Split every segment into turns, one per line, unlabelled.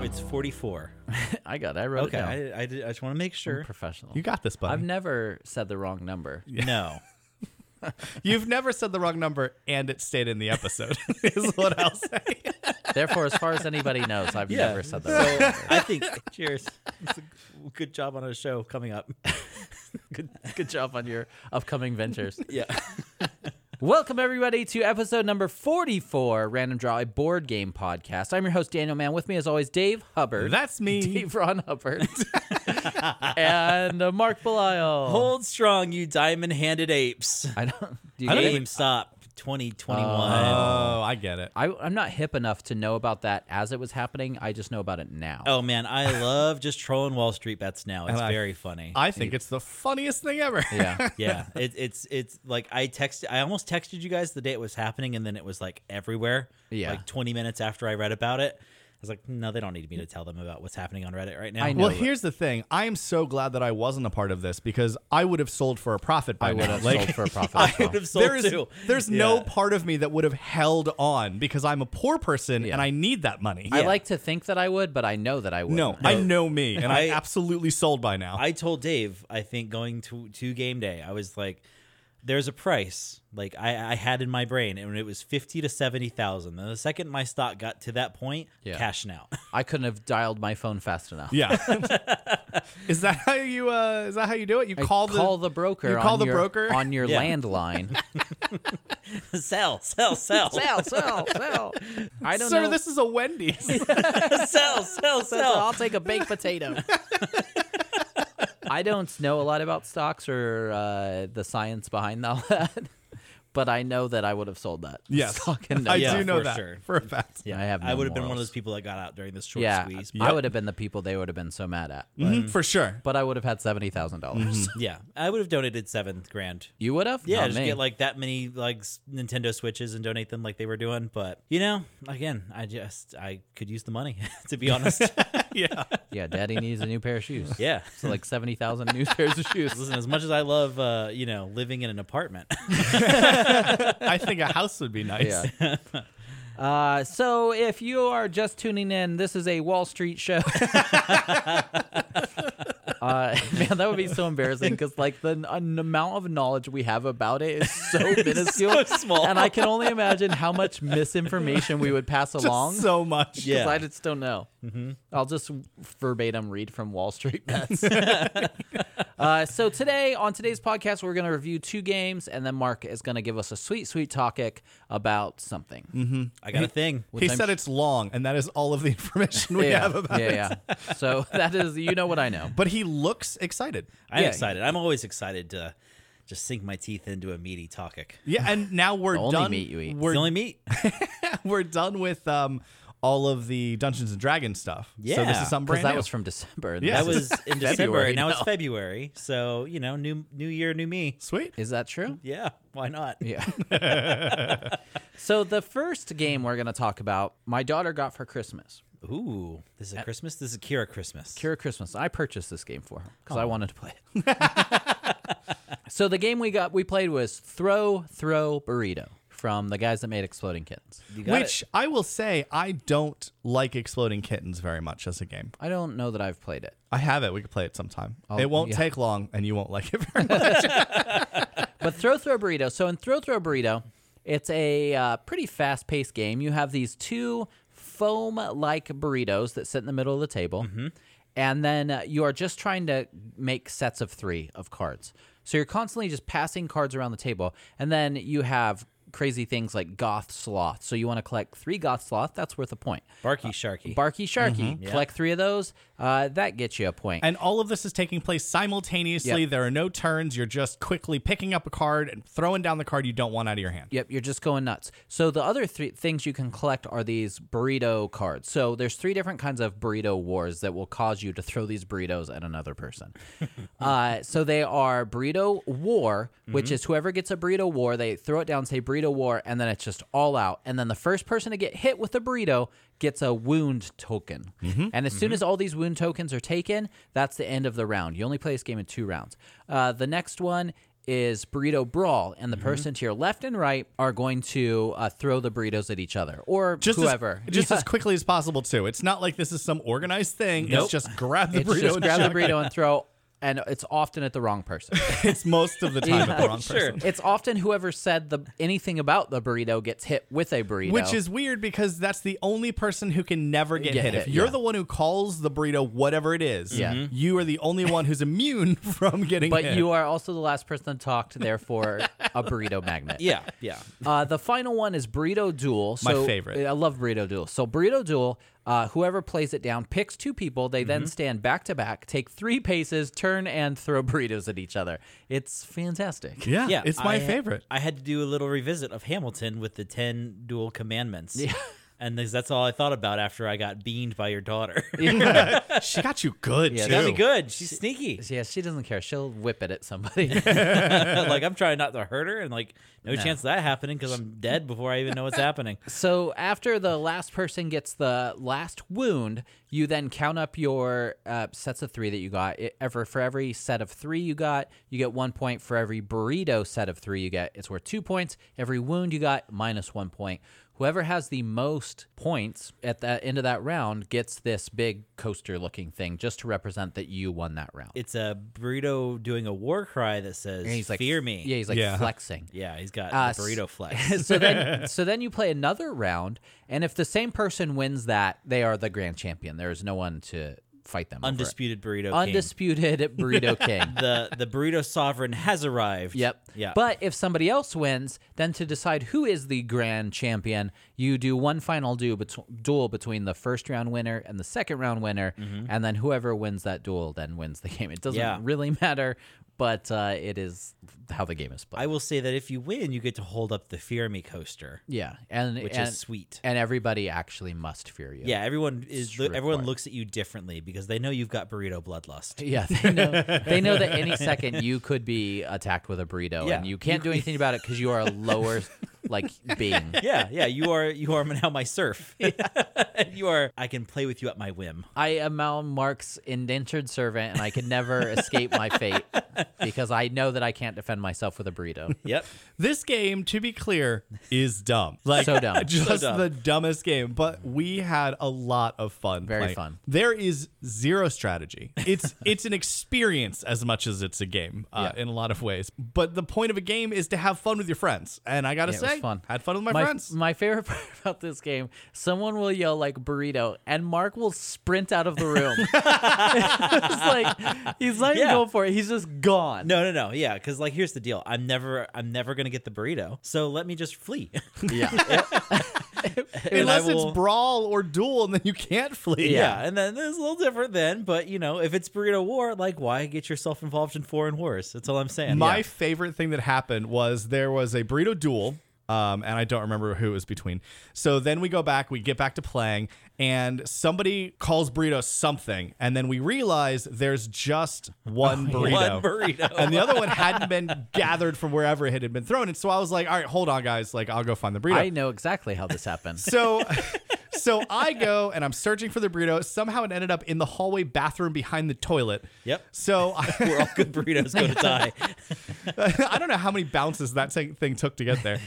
It's 44.
I got. It. I wrote
Okay,
it down.
I, I, did- I just want to make sure.
Professional.
You got this, buddy.
I've never said the wrong number.
No.
You've never said the wrong number, and it stayed in the episode. is what I'll say.
Therefore, as far as anybody knows, I've
Yeah.
never said the
so
wrong number.
I think, cheers. It's a good job on our show coming up.
Good, good job on your upcoming ventures.
Yeah.
Welcome, everybody, to episode number 44 Random Draw, a board game podcast. I'm your host, Daniel Mann. With me, as always, Dave Hubbard.
That's me.
Dave Ron Hubbard. and uh, Mark Belial.
Hold strong, you diamond handed apes.
I don't, do you
I
get
don't
it?
even Uh, stop 2021.
Oh, I get it.
I, I'm not hip enough to know about that as it was happening. I just know about it now.
oh man, I love just trolling Wall Street bets now. It's
And I-
very funny.
I think it's the funniest thing ever.
Yeah.
yeah, it, it's it's like I texted. I almost texted you guys the day it was happening, and then it was like everywhere.
Yeah.
like 20 minutes after I read about it, I was like, no, they don't need me to tell them about what's happening on Reddit right now.
I know.
Well, here's the thing. I am so glad that I wasn't a part of this because I would have sold for a profit by
I would
now.
have
Like,
sold for a profit.
I
as well.
would have sold
There is,
too.
there's
Yeah.
no part of me that would have held on because I'm a poor person
Yeah.
and I need that money.
I like to think that I would, but I know that I would.
no, I know me, and I,
I-
absolutely sold by now.
I told Dave, I think going to to game day, I was like, there's a price. Like I, I had in my brain, and it was fifty to seventy thousand. And the second my stock got to that point,
Yeah.
cashing out.
I couldn't have dialed my phone fast enough.
yeah, is that how you? Uh, is that how you do it? You
I
call the
broker.
you call
on
the
your,
broker?
on your
Yeah.
landline.
sell, sell, sell,
sell, sell, sell. I don't
sir.
know.
This is a Wendy's.
sell, sell,
I'll
sell.
take a baked potato. I don't know a lot about stocks or uh, the science behind all that, but I know that I would have sold that.
Yes.
stock and
I
Yeah,
do know
for
that
sure.
for a fact.
Yeah, I have. No
I would have been one of
morals.
those people that got out during this short
Yeah,
squeeze.
I
but-
would have been the people they would have been so mad at.
Mhm, for sure.
But I would have had seventy thousand
Mm-hmm.
dollars.
Yeah, I would have donated seven grand.
You would have?
Yeah,
Not
just
me.
get like that many like s- Nintendo Switches and donate them like they were doing. But you know, again, I just I could use the money to be honest.
yeah.
yeah, Daddy needs a new pair of shoes.
yeah.
So like seventy thousand new pairs of shoes.
Listen, as much as I love, uh, you know, living in an apartment,
I think a house would be nice.
Yeah. Uh, so if you are just tuning in, this is a Wall Street show. uh, man, that would be so embarrassing because like the an amount of knowledge we have about it is so minuscule,
small.
and I can only imagine how much misinformation we would pass along.
Just so much.
Yeah.
I just don't know.
Mm-hmm.
I'll just verbatim read from Wall Street Bets. uh, so today, on today's podcast, we're going to review two games, and then Mark is going to give us a sweet, sweet topic about something.
I got a thing.
He
I'm
said it's long, and that is all of the information we
yeah,
have about it.
yeah, yeah. So that is, you know what I know.
But he looks excited.
I'm
Yeah.
excited. I'm always excited to just sink my teeth into a meaty topic.
Yeah, and now we're
The only
done.
meat you eat.
It's
We're
the only meat.
we're done with um all of the Dungeons and Dragons stuff. So this
Yeah.
is some
'Cause
brand
that
new.
was from December. and
Yeah.
That
this is-
was in December.
February
now it's
now.
February. So you know, new new year, new me.
sweet.
is that true?
Yeah, why not?
Yeah. so the first game we're going to talk about, my daughter got for Christmas.
Ooh, this is
Uh,
a Christmas. This is a Kira Christmas.
Cure Christmas. I purchased this game for her because I wanted to play it. so the game we got we played was Throw Throw Burrito from the guys that made Exploding Kittens.
You got
Which I will say, I don't like Exploding Kittens very much as a game.
I don't know that I've played it.
I have it. We could play it sometime. it
Oh,
won't
yeah.
take long, and you won't like it very much.
But Throw Throw Burrito. So in Throw Throw Burrito, it's a uh, pretty fast paced game. You have these two foam like burritos that sit in the middle of the table. And then uh, you are just trying to make sets of three of cards. So you're constantly just passing cards around the table. And then you have crazy things like Goth Sloth. So you want to collect three Goth Sloth. That's worth a point.
it. Barky Sharky.
Barky Sharky. Collect three of those. Uh, that gets you a point.
and all of this is taking place simultaneously.
Yep.
There are no turns. You're just quickly picking up a card and throwing down the card you don't want out of your hand.
Yep, you're just going nuts. So the other three things you can collect are these burrito cards. So there's three different kinds of burrito wars that will cause you to throw these burritos at another person. uh, so they are burrito war, which is whoever gets a burrito war, they throw it down, say burrito war, and then it's just all out. And then the first person to get hit with a burrito gets a wound token. And as soon as all these wound tokens are taken, that's the end of the round. You only play this game in two rounds. Uh, the next one is burrito brawl, and the
Mm-hmm.
person to your left and right are going to uh, throw the burritos at each other or
Just
whoever.
as, just
Yeah.
as quickly as possible too. It's not like this is some organized thing.
Nope.
It's just grab the
it's
burrito.
just
and
grab the
chuck it.
burrito and throw, and it's often at the wrong person.
It's most of the time at the wrong
Sure.
person.
it's often whoever said the anything about the burrito gets hit with a burrito,
Which is weird because that's the only person who can never get,
Get
hit.
hit,
If you're
yeah.
the one who calls the burrito whatever it is, Mm-hmm.
Yeah. Mhm.
you are the only one who's immune from getting
But
hit.
you are also the last person to talk to, therefore, a burrito magnet.
Yeah, yeah.
Uh, the final one is Burrito Duel.
My
So,
favorite.
I love Burrito Duel. So Burrito Duel, uh, whoever plays it down picks two people. They
Mm-hmm.
then stand back to back, take three paces, turn, and throw burritos at each other. It's fantastic.
yeah,
Yeah,
it's my
I-
favorite.
I had to do a little revisit of Hamilton with the ten dual commandments. Yeah. And this- that's all I thought about after I got beamed by your daughter.
she got you good
Yeah,
too.
That'd be good. She's sneaky.
Yeah, she doesn't care. She'll whip it at somebody.
like I'm trying not to hurt her, and like no, chance of that happening because I'm dead before I even know what's happening.
so after the last person gets the last wound, you then count up your uh, sets of three that you got. It, ever for every set of three you got, you get one point. For every burrito set of three you get, it's worth two points. Every wound you got, minus one point. Whoever has the most points at the end of that round gets this big coaster-looking thing, just to represent that you won that round.
It's a burrito doing a war cry that says,
And he's like,
"Fear me."
Yeah, he's like
Yeah.
flexing.
Yeah, he's got
Uh,
the burrito flex.
so then so then you play another round and if the same person wins that they are the grand champion there is no one to fight them over it.
Undisputed burrito. Undisputed.
undisputed burrito king
The the burrito sovereign has arrived.
yep
Yeah.
but if somebody else wins then to decide who is the grand champion you do one final du- bet- duel between the first round winner and the second round winner and then whoever wins that duel then wins the game it doesn't
Mm-hmm. Yeah.
really matter but uh, it is how the game is played
I will say that if you win, you get to hold up the fear me coaster,
yeah and
which
and,
is sweet.
and everybody actually must fear you
Yeah, everyone is
It's
everyone
required.
looks at you differently because they know you've got burrito bloodlust.
Yeah, they know they know that any second you could be attacked with a burrito,
Yeah.
and you can't do anything about it because you are a lower like being.
yeah, yeah, you are you are now my serf. you are I can play with you at my whim.
I am Mal Mark's indentured servant, and I can never escape my fate because I know that I can't defend myself with a burrito.
Yep.
This game, to be clear, is dumb. Like
So dumb.
just
So dumb.
the dumbest game. But we had a lot of fun.
Very
playing.
fun.
There is zero strategy. It's it's an experience as much as it's a game uh, in a lot of ways. But the point of a game is to have fun with your friends. And I gotta
Yeah, it was
say,
fun.
had fun with my, friends.
My favorite part about this game: someone will yell like burrito, and Mark will sprint out of the room. it's like he's not even
Yeah.
going for it; he's just gone.
No, no, no. Yeah, cuz like here's the deal. I'm never I'm never going to get the burrito. So let me just flee.
Yeah,
and I
Unless
will-
it's brawl or duel, and then you can't flee.
Yeah. and then it's a little different then, but you know, if it's burrito war, like why get yourself involved in foreign wars? That's all I'm saying.
My
Yeah.
favorite thing that happened was there was a burrito duel. Um, and I don't remember who it was between. So then we go back, we get back to playing, and somebody calls burrito something, and then we realize there's just one burrito.
One burrito.
and the other one hadn't been gathered from wherever it had been thrown. And so I was like, all right, hold on, guys. Like, I'll go find the burrito.
I know exactly how this happened.
So so I go and I'm searching for the burrito. Somehow it ended up in the hallway bathroom behind the toilet.
Yep.
So I,
Where all good burritos go to die.
I don't know how many bounces that thing thing took to get there.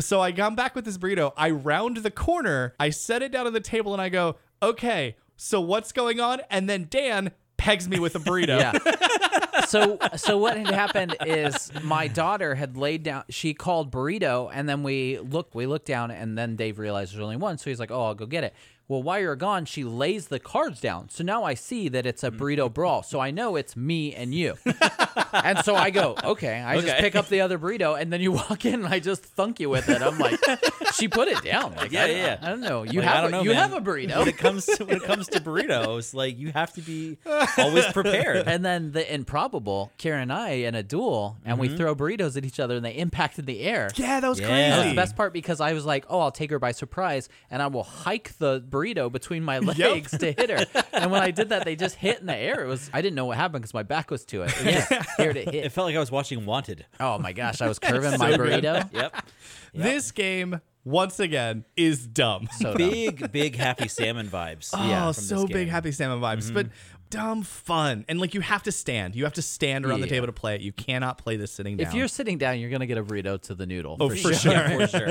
So I come back with this burrito. I round the corner. I set it down on the table and I go, okay, so what's going on? And then Dan pegs me with a burrito.
Yeah. so so what had happened is my daughter had laid down she called burrito and then we looked we looked down and then Dave realized there's only one so he's like oh I'll go get it. Well while you're gone she lays the cards down. So now I see that it's a burrito brawl. So I know it's me and you. and so I go, okay, I just
Okay.
pick up the other burrito and then you walk in and I just thunk you with it. I'm like she put it down. Like
Yeah,
I,
yeah, yeah.
I don't know. You
Like,
have
I don't
a,
know,
you
man.
have a burrito.
when it comes to when it comes to burritos, like you have to be always prepared.
And then the improbable, Karen and I in a duel, and we throw burritos at each other and they impact in the air.
Mm-hmm. Yeah, that was
Yeah.
crazy.
That was the best part because I was like, oh, I'll take her by surprise and I will hike the burrito between my legs to hit her. And when I did that, they just hit in the air. It was I didn't know what happened because my back was to it. It was just here to
It
hit.
felt like I was watching Wanted.
Oh my gosh, I was curving my burrito.
Yep.
This game, once again, is dumb.
So dumb.
big, big happy salmon vibes.
Oh,
yeah, from this
so big
game.
Mm-hmm.
happy salmon vibes. But dumb fun. And like you have to stand. You have to stand around the
Yeah.
table to play it. You cannot play this sitting down.
If you're sitting down, you're gonna get a burrito to the noodle.
Oh, for sure.
for sure.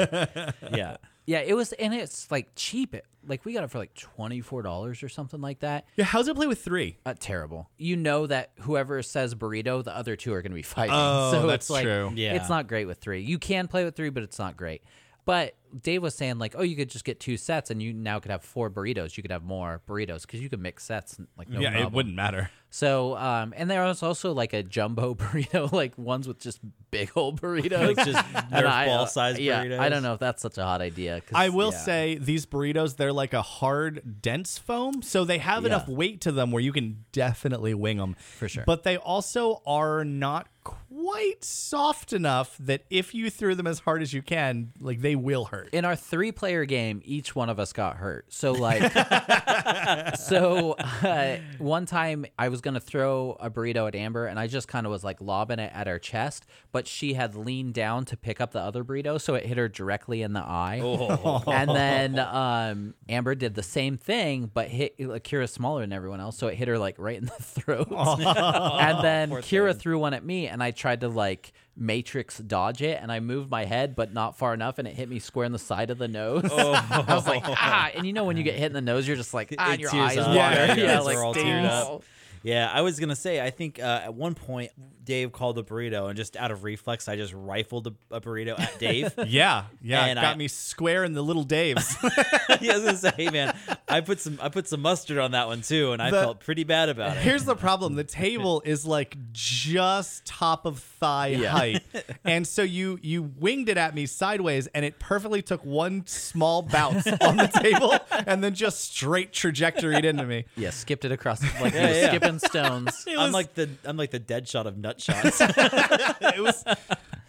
yeah.
Yeah, it was, and it's like cheap. It, like we got it for like twenty four dollars or something like that.
yeah, how's it play with three?
Uh, terrible. You know that whoever says burrito, the other two are going to be fighting.
Oh,
so
that's
it's like,
true.
Yeah.
It's not great with three. You can play with three, but it's not great. But Dave was saying like, oh, you could just get two sets, and you now could have four burritos. You could have more burritos because you could mix sets. Like no
yeah,
problem.
it wouldn't matter.
So, um, and there was also like a jumbo burrito, like ones with just big old burritos,
Like just
And
Nerf
I, uh,
ball-sized
yeah, I
burritos.
don't know if that's such a hot idea. 'cause-
I will
yeah.
say these burritos, they're like a hard, dense foam. So they have enough weight to them where you can definitely wing them. For
sure.
But they also are not quite soft enough that if you threw them as hard as you can, like they will hurt.
in our three player game, each one of us got hurt. So like, so uh, one time I was gonna throw a burrito at Amber, and I just kind of was like lobbing it at her chest, but she had leaned down to pick up the other burrito, so it hit her directly in the eye. And then um, Amber did the same thing, but hit like, Kira's smaller than everyone else, so it hit her like right in the throat. and then Kira threw one at me, and I tried to like matrix dodge it, and I moved my head, but not far enough, and it hit me square in the side of the nose. I was like, ah! And you know when you get hit in the nose, you're just like, ah, and
It
your
tears
eyes
up.
water.
Yeah,
Yeah,
your eyes
like
are all
"Damn."
teared up. Yeah, I was gonna say. I think uh, at one point Dave called a burrito, and just out of reflex, I just rifled a, a burrito at Dave.
Yeah, yeah, it
And
got
I-
me square in the little Dave's.
yeah, I was gonna say, hey man, I put some I put some mustard on that one too, and I
The-
felt pretty bad about it.
Here's the problem: the table is like just top of thigh height, and so you you winged it at me sideways, and it perfectly took one small bounce on the table, and then just straight trajectoried into me.
Yeah, skipped it across like you
Yeah,
were
yeah.
skipping stones.
I'm like the I'm like the dead shot of nut shots.
It was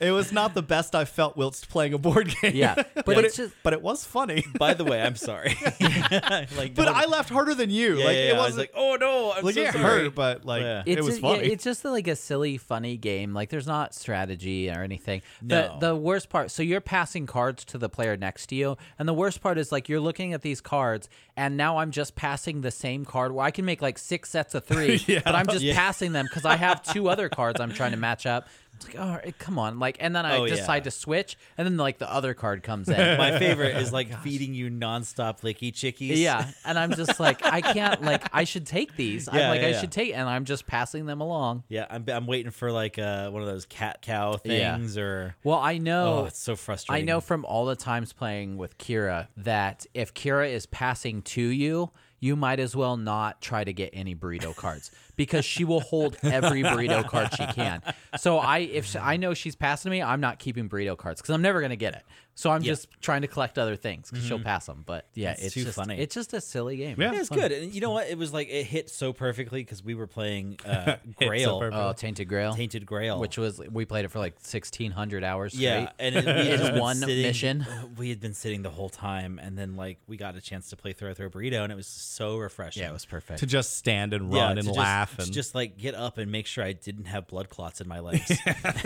it was not the best I felt whilst playing a board game.
Yeah, but
but
it's
it,
just-
but it was funny.
By the way, I'm sorry. like,
But
don't-
I laughed harder than you.
yeah,
like
yeah,
it
yeah. I was
wasn't
like, oh no, I'm
like
so
it
sorry.
hurt, but like
Yeah.
it was
just, yeah,
funny.
it's just like a silly, funny game. Like there's not strategy or anything.
No.
The the worst part. So you're passing cards to the player next to you, and the worst part is like you're looking at these cards, and now I'm just passing the same card. Where I can make like six sets of three, but I'm just passing them because I have two other cards I'm trying to match up. It's like, all right, come on, like, and then I
Oh,
decide
yeah.
to switch, and then like the other card comes in.
My favorite is like feeding you nonstop licky chickies.
Yeah, and I'm just like, I can't. Like, I should take these. I'm
Yeah,
like,
yeah,
I
yeah.
should take, and I'm just passing them along.
yeah. I'm I'm waiting for like uh, one of those cat cow
Yeah.
things or.
Well, I know
Oh, it's so
I
frustrating.
know from all the times playing with Kira that if Kira is passing to you, you might as well not try to get any burrito cards because she will hold every burrito card she can. So I if she- I know she's passing me, I'm not keeping burrito cards because I'm never gonna get it. So I'm just trying to collect other things because she'll pass them. But yeah, it's,
It's Mm-hmm. too
just,
funny.
It's just a silly game.
Yeah.
Yeah, it's good. And you know what? It was like it hit so perfectly because we were playing uh, Grail,
perfectly.
Oh, Tainted Grail,
Tainted Grail,
which was we played it for like 1600 hours.
yeah,
straight.
and it, we had
It's
just been
one
sitting-
mission.
We had been sitting the whole time, and then like we got a chance to play Throw Throw Burrito, and it was so refreshing.
yeah, it was perfect.
to just stand and
Yeah,
run
to
and
just-
laugh
to
and
just like get up and make sure I didn't have blood clots in my legs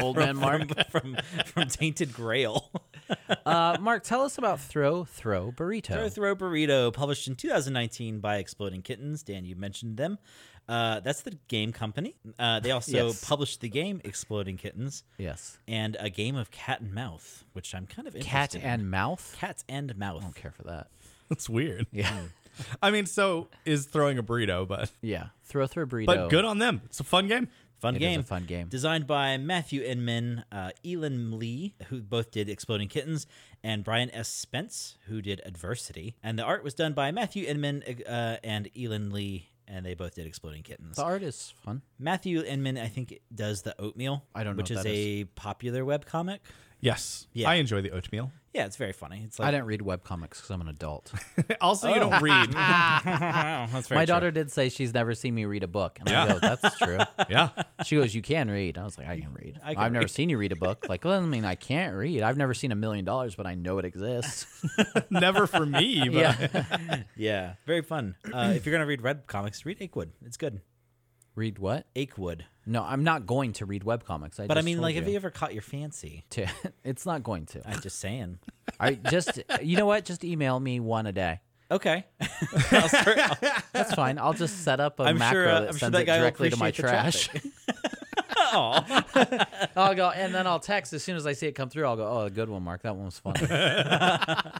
Old man Mark.
from, from from Tainted Grail.
Uh, Mark, tell us about Throw Throw Burrito.
Throw Throw Burrito, published in 2019 by Exploding Kittens. Dan, you mentioned them. Uh, that's the game company. Uh, they also
Yes.
published the game Exploding Kittens
Yes.
and a game of cat and mouth, which I'm kind of
Cat
interested in.
and mouth.
cat and mouth.
I don't care for that.
it's weird.
Yeah.
I mean, so is throwing a burrito, but
yeah. Throw Throw Burrito.
but good on them. It's a fun game.
Fun
It is a
game.
fun game.
Designed by Matthew Inman, uh, Elon Lee, who both did Exploding Kittens, and Brian S. Spence, who did Adversity. And the art was done by Matthew Inman uh, and Elon Lee, and they both did Exploding Kittens.
The art is fun.
Matthew Inman, I think, does the oatmeal.
I don't know
which
what
is
that
a popular webcomic.
Yes,
Yeah.
I enjoy the oatmeal.
Yeah, it's very funny. It's
I
like
didn't read webcomics because I'm an adult.
also, you don't read.
that's very
My
true.
daughter did say she's never seen me read a book. And I
Yeah.
go, that's true.
yeah,
She goes, you can read. I was like, I can read.
I can
I've never
read."
seen you read a book. Like, well, I mean, I can't read. I've never seen a million dollars, but I know it exists.
never for me. But
yeah.
Yeah, very fun. Uh, if you're gonna read web comics, read Akewood. It's good.
read what?
Akewood.
No, I'm not going to read webcomics. I
But I
just
mean,
told
like,
you.
have you ever caught your fancy?
To, it's not going to.
I'm just saying.
I just, you know what? Just email me one a day.
Okay. I'll start-
That's fine. I'll just set up a
I'm
macro
sure. uh,
that
I'm sure
sends
that
it
guy will
directly
appreciate
to my
the
trash.
traffic. Aw.
I'll go, and then I'll text as soon as I see it come through. I'll go, oh, good one, Mark. That one was funny.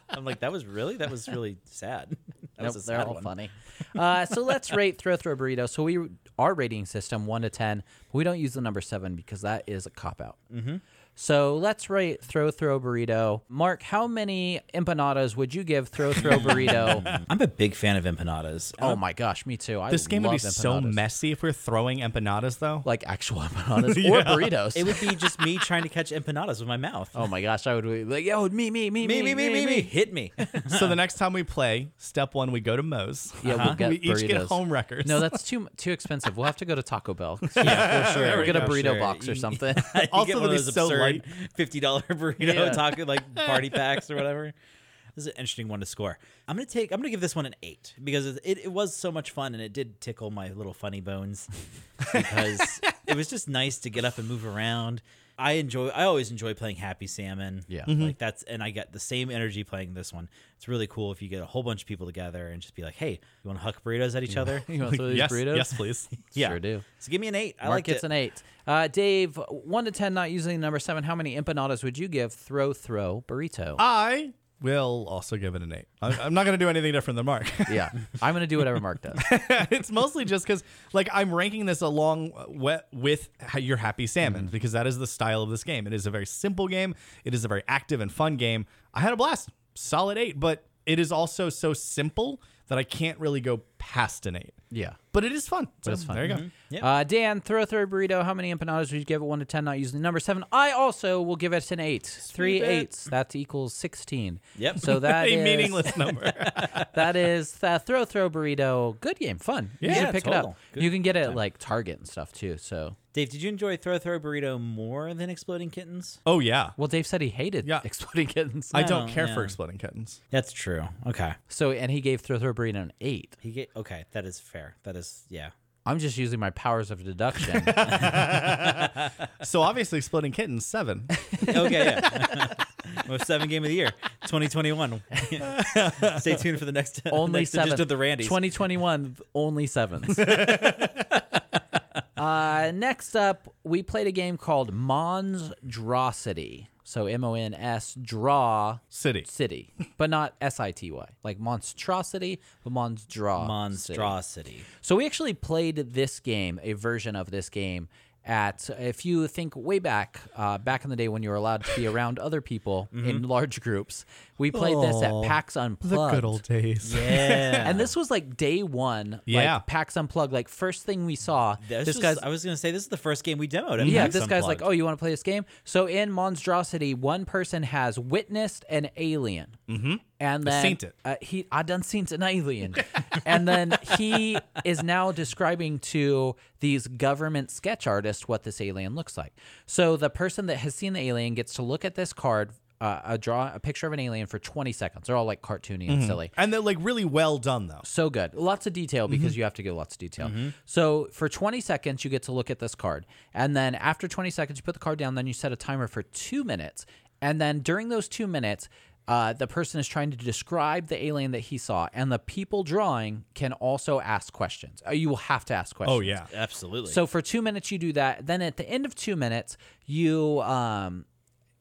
I'm like, that was really, that was really sad. That
nope,
was a
they're
sad
all
one.
funny. Uh, so let's rate Throw Throw Burrito. So we our rating system one to ten. We don't use the number seven because that is a cop out. Mm-hmm. So let's rate Throw Throw Burrito. Mark, how many empanadas would you give Throw Throw Burrito?
I'm a big fan of empanadas.
oh my gosh, me too. I
This game would
love
be
empanadas.
so messy if we are throwing empanadas, though.
Like actual empanadas or
Yeah.
burritos.
It would be just me trying to catch empanadas with my mouth.
oh my gosh, I would be like, yo, me, me, me,
me, me, me, me, me. Hit me.
so the next time we play, step one, we go to Moe's.
Yeah, we'll get
we each get
burritos.
home records.
No, that's too too expensive. We'll have to go to Taco Bell.
yeah, for sure.
Or get a
go,
burrito
sure.
box or
You-
something.
You
Also,
get one
that'd
of
be
those
so
absurd
light.
fifty dollar burrito
Yeah.
taco like party packs or whatever. This is an interesting one to score. I'm gonna take. I'm gonna give this one an eight because it, it, it was so much fun and it did tickle my little funny bones because it was just nice to get up and move around. I enjoy. I always enjoy playing Happy Salmon.
Yeah.
like that's and I get the same energy playing this one. It's really cool if you get a whole bunch of people together and just be like, "Hey, you want to huck burritos at each other?"
you want to throw these
yes,
burritos?
yes, please.
yeah,
Sure do.
So give me an eight. I
Mark
like
gets
it.
an eight. Uh, Dave, one to ten, not using the number seven. How many empanadas would you give? Throw, throw, burrito.
Ah.
I will also give it an eight. I- I'm not going to do anything different than Mark.
yeah, I'm gonna do whatever Mark does.
it's mostly just because like I'm ranking this along uh, we- with ha- your happy salmon because that is the style of this game. It is a very simple game. It is a very active and fun game. I had a blast. Solid eight, but it is also so simple that I can't really go past an eight.
Yeah.
But it is fun. So There you go.
Yep.
Uh, Dan, throw, throw, burrito. How many empanadas would you give it? One to ten, not using the number seven. I also will give it an eight. Three
Sweet it.
eights. That equals sixteen.
Yep.
So that
a
is
meaningless number.
that is the throw, throw, burrito. Good game, fun. you
Yeah,
should pick it
total.
up.
Good
you can get it at like Target and stuff too. So
Dave, did you enjoy Throw Throw Burrito more than Exploding Kittens?
oh yeah.
well, Dave said he hated
Yeah.
exploding kittens.
I don't
Oh,
care for
yeah.
exploding kittens.
That's true. Okay.
So and he gave throw, throw, burrito an eight.
He get, okay, that is fair. That is yeah.
I'm just using my powers of deduction.
So obviously exploding kittens seven.
Okay, yeah. Most seven game of the year, 2021. Stay tuned for the next
only
next
seven.
edition of the Randys.
2021, only sevens. uh, next up, we played a game called Monstrosity. So M O N S draw
City.
city, but not S I T Y. Like monstrosity, but mons draw. city.
Monstrosity.
So we actually played this game, a version of this game, at if you think way back, uh, back in the day when you were allowed to be around other people
Mm-hmm.
in large groups. We played this at
Aw,
PAX
The
Unplugged.
good old days.
Yeah.
And this was like day one,
Yeah.
like PAX Unplugged. Like first thing we saw,
This,
this
was-
guy's
I was gonna say this is the first game we demoed. At
yeah,
PAX
this guy's like, oh,
Unplugged.
you want to play this game? So in Monstrosity, one person has witnessed an alien, mm-hmm. and then
seen it.
Uh, he, I done seen an alien, and then he is now describing to these government sketch artists what this alien looks like. So the person that has seen the alien gets to look at this card. Uh, a draw a picture of an alien for 20 seconds. They're all like cartoony and silly
And they're like really well done though.
so good. Lots of detail because you have to give lots of detail. So for 20 seconds, you get to look at this card. And then after 20 seconds, you put the card down, then you set a timer for two minutes. And then during those two minutes, uh, the person is trying to describe the alien that he saw, and the people drawing can also ask questions. Uh, You will have to ask questions.
Oh yeah.
absolutely.
So for two minutes you do that. Then at the end of two minutes, you um,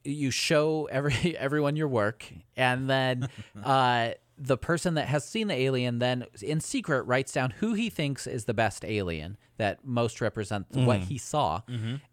you show every everyone your work, and then uh, the person that has seen the alien then in secret writes down who he thinks is the best alien that most represents what he saw.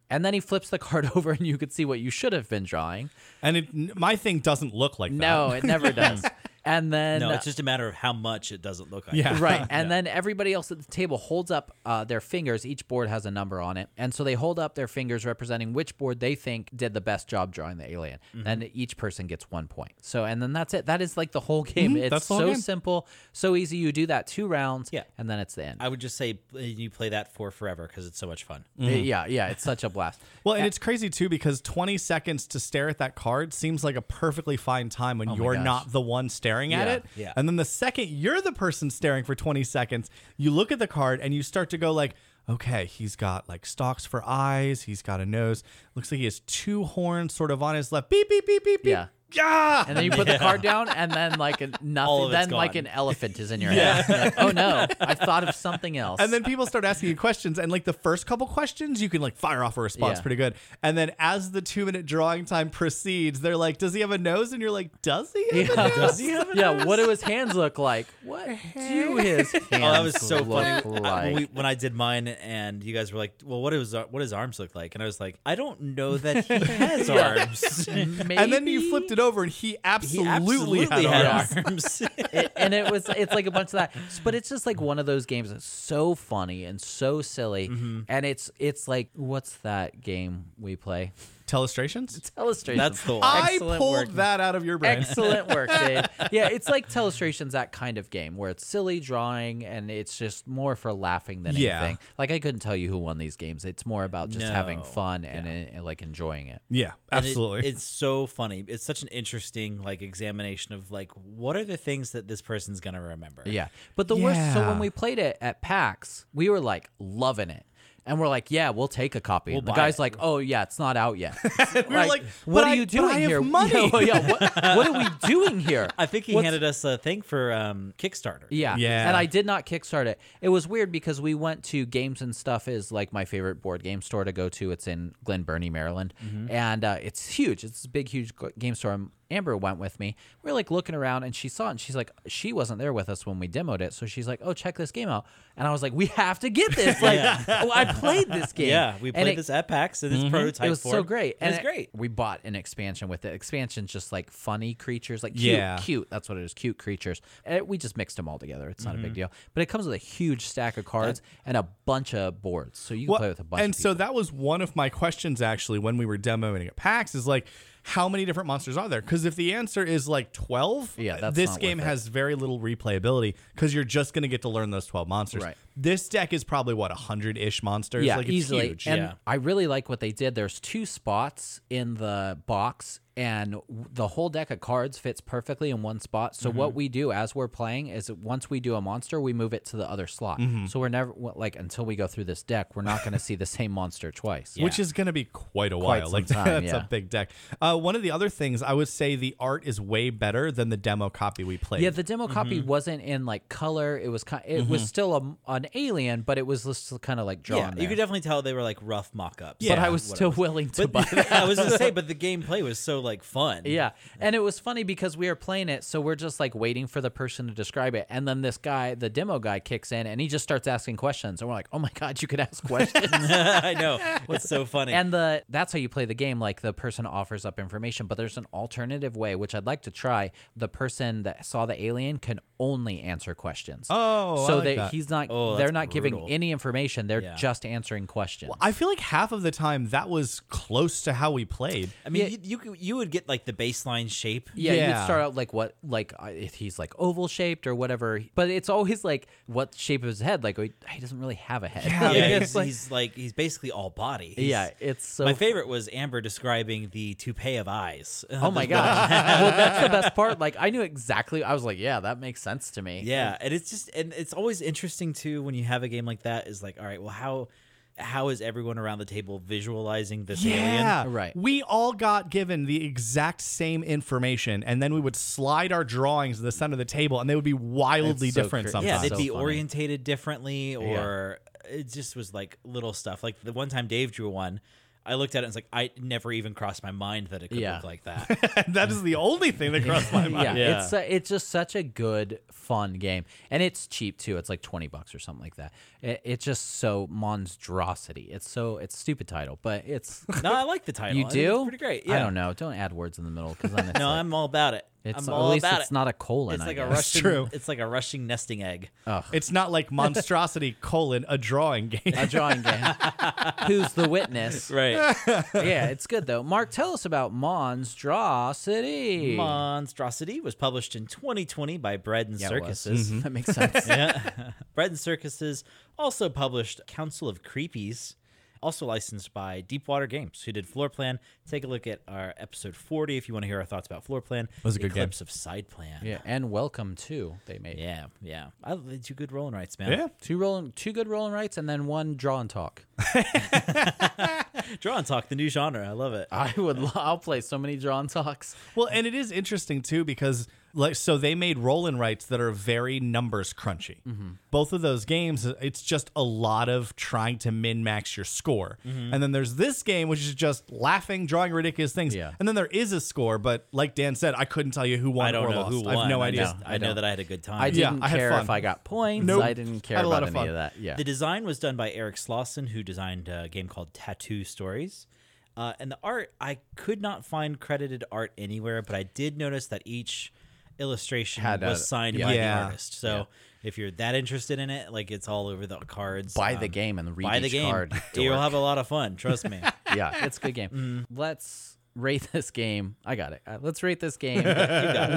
And then he flips the card over, and you can see what you should have been drawing.
And it, my thing doesn't look like that.
No, it never does. And then
no, it's just a matter of how much it doesn't look like.
Yeah.
right and then everybody else at the table holds up uh, their fingers each board has a number on it and so they hold up their fingers representing which board they think did the best job drawing the alien
Mm-hmm.
then each person gets one point so and then that's it that is like the whole game it's
Mm-hmm. that's the whole
so
game.
simple so easy you do that two rounds
Yeah.
and then it's the end
I would just say uh, you play that for forever because it's so much fun.
yeah yeah it's such a blast
Well, and it's crazy too because 20 seconds to stare at that card seems like a perfectly fine time when you're
Oh gosh.
not the one staring at
Yeah,
it.
yeah.
And then the second you're the person staring for 20 seconds, you look at the card and you start to go like, "Okay, he's got like stalks for eyes, he's got a nose. Looks like he has two horns sort of on his left. Beep beep beep beep beep."
yeah
yeah.
And then you put the card down, and then like a nothing.
All of it's
then like
gone.
an elephant is in your head. You're like, oh no, I thought of something else.
And then people start asking you questions, and like the first couple questions, you can like fire off a response
Yeah.
pretty good. And then as the two minute drawing time proceeds, they're like, "Does he have a nose?" And you're like, "Does he?" Have a
yeah,
nose?
Does he have an
yeah what do his hands look like? What do his hands
Oh, that was so
look
funny. I-
like?
when, we, when I did mine, and you guys were like, "Well, what is what his arms look like?" And I was like, "I don't know that he has arms."
Maybe?
And then you flipped it over, and he
he
absolutely,
absolutely
had,
had
arms.
arms.
It- and it was it's like a bunch of that but it's just like one of those games that's so funny and so silly and it's it's like what's that game we play
Telestrations.
telestrations
That's the one.
I
Excellent
pulled
work.
that out of your brain.
excellent work dave yeah it's like telestrations that kind of game where it's silly drawing and it's just more for laughing than
Yeah.
anything like i couldn't tell you who won these games it's more about just having
No.
fun and, uh, like enjoying it
Yeah,
And it-
absolutely.
it's so funny. It's such an interesting like examination of like what are the things that this person's gonna remember.
Yeah. But the worst, so
Yeah.
when we played it at PAX, we were like loving it. And we're like, yeah, we'll take a copy. the
buy
guy's
it.
like, oh, yeah, it's not out yet.
we were like,
what
"But
are
I-
you
but I
doing
have
here?
money."
Yeah, yeah, what, what are we doing here?
I think he
What's-
handed us a thing for um, Kickstarter.
Yeah.
Yeah.
And I did not kickstart it. It was weird because we went to Games and Stuff is like my favorite board game store to go to. It's in Glen Burnie, Maryland.
Mm-hmm.
And uh, it's huge. It's a big, huge g- game store. And Amber went with me. We are like looking around and she saw it and she's like, she wasn't there with us when we demoed it. So she's like, oh, check this game out. And I was like, we have to get this. Like, oh, I played this game.
Yeah, we
And
played
it- Mm-hmm.
this at PAX in its prototype.
it was so
form.
great.
It was
it-
great.
We bought an expansion with it. Expansion's just like funny creatures, like cute,
Yeah.
cute. That's what it is, cute creatures. And we just mixed them all together. It's not a big deal. But it comes with a huge stack of cards and a bunch of boards. So you can
Well,
play with a bunch
and
of
so
people.
that was one of my questions actually when we were demoing at PAX is like, how many different monsters are there? Because if the answer is like twelve,
Yeah, that's
this
not
game
worth it.
has very little replayability because you're just gonna get to learn those twelve monsters.
Right.
This deck is probably what hundred ish monsters.
yeah,
like, it's
easily.
Huge.
And
Yeah.
I really like what they did. There's two spots in the box, and w- the whole deck of cards fits perfectly in one spot. So
Mm-hmm.
what we do as we're playing is that once we do a monster, we move it to the other slot.
Mm-hmm.
So we're never w- like until we go through this deck, we're not going to see the same monster twice.
Which is going to be quite a
Quite
while.
some
Like
time,
that's
yeah.
a big deck. Uh, one of the other things I would say the art is way better than the demo copy we played.
Yeah, the demo copy
Mm-hmm.
wasn't in like color. It was kind. It was still a, an alien, but it was just kind of like drawn.
Yeah, you
there.
could definitely tell they were like rough mock-ups.
but
yeah,
I was still willing to buy that.
I was gonna say, but the gameplay was so like fun.
Yeah, and it was funny because we were playing it, so we're just like waiting for the person to describe it, and then this guy, the demo guy, kicks in and he just starts asking questions, and we're like, "Oh my god, you could ask questions!"
I know. It's so funny.
and the that's how you play the game. Like the person offers up information, but there's an alternative way which I'd like to try. The person that saw the alien can only answer questions.
Oh, I
so
like
they,
that.
he's not.
Oh,
they're
that's
not
brutal.
giving any information. They're
Yeah.
just answering questions.
I feel like half of the time that was close to how we played.
I mean, you, you could- you would get like the baseline shape.
Yeah, you would
Yeah.
start out like what, like uh, if he's like oval shaped or whatever. But it's always like what shape of his head. Like he, he doesn't really have a head.
Yeah.
Yeah,
it's
he's,
like,
he's like he's basically all body. He's-
yeah, it's so.
My favorite was Amber describing the toupee of eyes.
oh my gosh! well, that's the best part. Like I knew exactly. I was like, yeah, that makes sense to me.
Yeah, and it's just and it's always interesting too when you have a game like that is like, all right, well how how is everyone around the table visualizing this
Yeah,
alien?
Oh, Right.
We all got given the exact same information, and then we would slide our drawings to the center of the table, and they would be wildly
It's so
different
cra-
Yeah,
sometimes.
they'd
So
be
funny.
orientated differently or it just was like little stuff. Like the one time Dave drew one, I looked at it and was like, I it never even crossed my mind that it could
Yeah.
look like that.
that is the only thing that crossed my mind.
Yeah,
Yeah.
it's a, it's just such a good, fun game, and it's cheap too. It's like twenty bucks or something like that. It, it's just so monstrosity. It's so it's stupid title, but it's
no, I like the title.
you
I think it's
do
pretty great. Yeah.
I don't know. Don't add words in the middle because then it's
No,
like,
I'm all about it.
it's
I'm
at
all
least
about
it's
it.
not a colon.
it's
I
like a
guess.
rushing.
true.
It's like a rushing nesting egg.
It's not like monstrosity colon a drawing game.
a drawing game. Who's the witness?
Right.
Yeah, it's good though. Mark, tell us about Monstrosity.
Monstrosity was published in 2020 by Bread and
Yeah, it was.
Circuses. Mm-hmm.
That makes sense.
yeah. Bread and Circuses also published Council of Creepies, also licensed by Deepwater Games, who did Floor Plan. Take a look at our episode 40 if you want to hear our thoughts about Floor Plan.
was a good game.
Eclipse of Side Plan.
yeah, and welcome too. They made
Yeah. Yeah. I did two good rolling rights, man.
yeah.
two rolling, two good rolling rights, and then one draw and talk.
Draw and talk, the new genre. I love it.
I would. Lo- I'll play so many drawn talks.
Well, and it is interesting too because like so they made roll and rights that are very numbers crunchy.
Mm-hmm.
Both of those games, it's just a lot of trying to min max your score.
Mm-hmm.
And then there's this game which is just laughing, drawing ridiculous things.
Yeah.
And then there is a score, but like Dan said, I couldn't tell you who won
I don't
or
know
lost.
who won.
I have no idea.
just- I,
I
know
don't.
that I had a good time.
I
Yeah,
didn't
I had
care
fun.
if I got points.
Nope.
I didn't care
Had a lot
about any
of fun.
of that. Yeah.
The design was done by Eric Slosson, who designed a game called Tattoo Stories. Uh, and the art, I could not find credited art anywhere, but I did notice that each illustration
Had a-
was signed by
yeah.
the artist. So if you're that interested in it, like it's all over the cards.
buy the
Um,
game and read
Buy the
each
game.
card.
You'll
dork.
have a lot of fun. Trust me.
yeah, it's a good game. Let's rate this game. I got it. Uh, let's rate this game.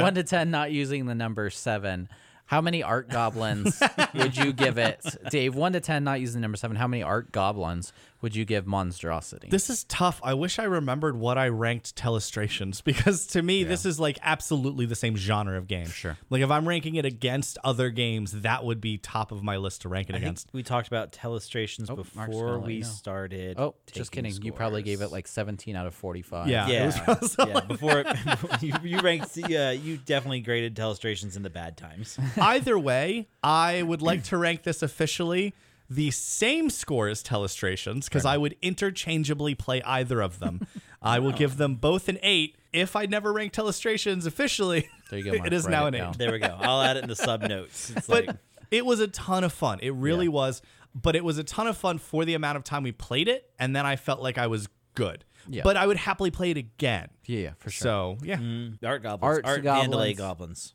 One to ten, not using the number seven. How many art goblins would you give it, Dave? One to ten, not using the number seven. How many art goblins would you give Monstrosity?
This is tough. I wish I remembered what I ranked Telestrations because to me, this is like absolutely the same genre of game.
Sure.
Like if I'm ranking it against other games, that would be top of my list to rank it
I think
against.
we talked about telestrations
Oh, Mark's gonna
before
let
we
you know.
started.
oh, just
taking
kidding. You probably
scores.
gave it like seventeen out of forty-five.
Yeah. It was
Yeah,
probably something
yeah. Before you, you ranked, yeah, you definitely graded telestrations in the bad times.
Either way, I would like to rank this officially the same score as Telestrations because I would interchangeably play either of them. I will give them both an eight. If I never ranked Telestrations officially,
There you go, Mark.
it is
Write
now
it
an eight.
down.
There we go. I'll add it in the sub notes. It's
But
like,
it was a ton of fun. It really
Yeah.
was. But it was a ton of fun for the amount of time we played it. And then I felt like I was good.
Yeah.
But I would happily play it again.
Yeah, yeah, for sure.
So, yeah.
mm, art goblins,
Arts
art Mandalay goblins.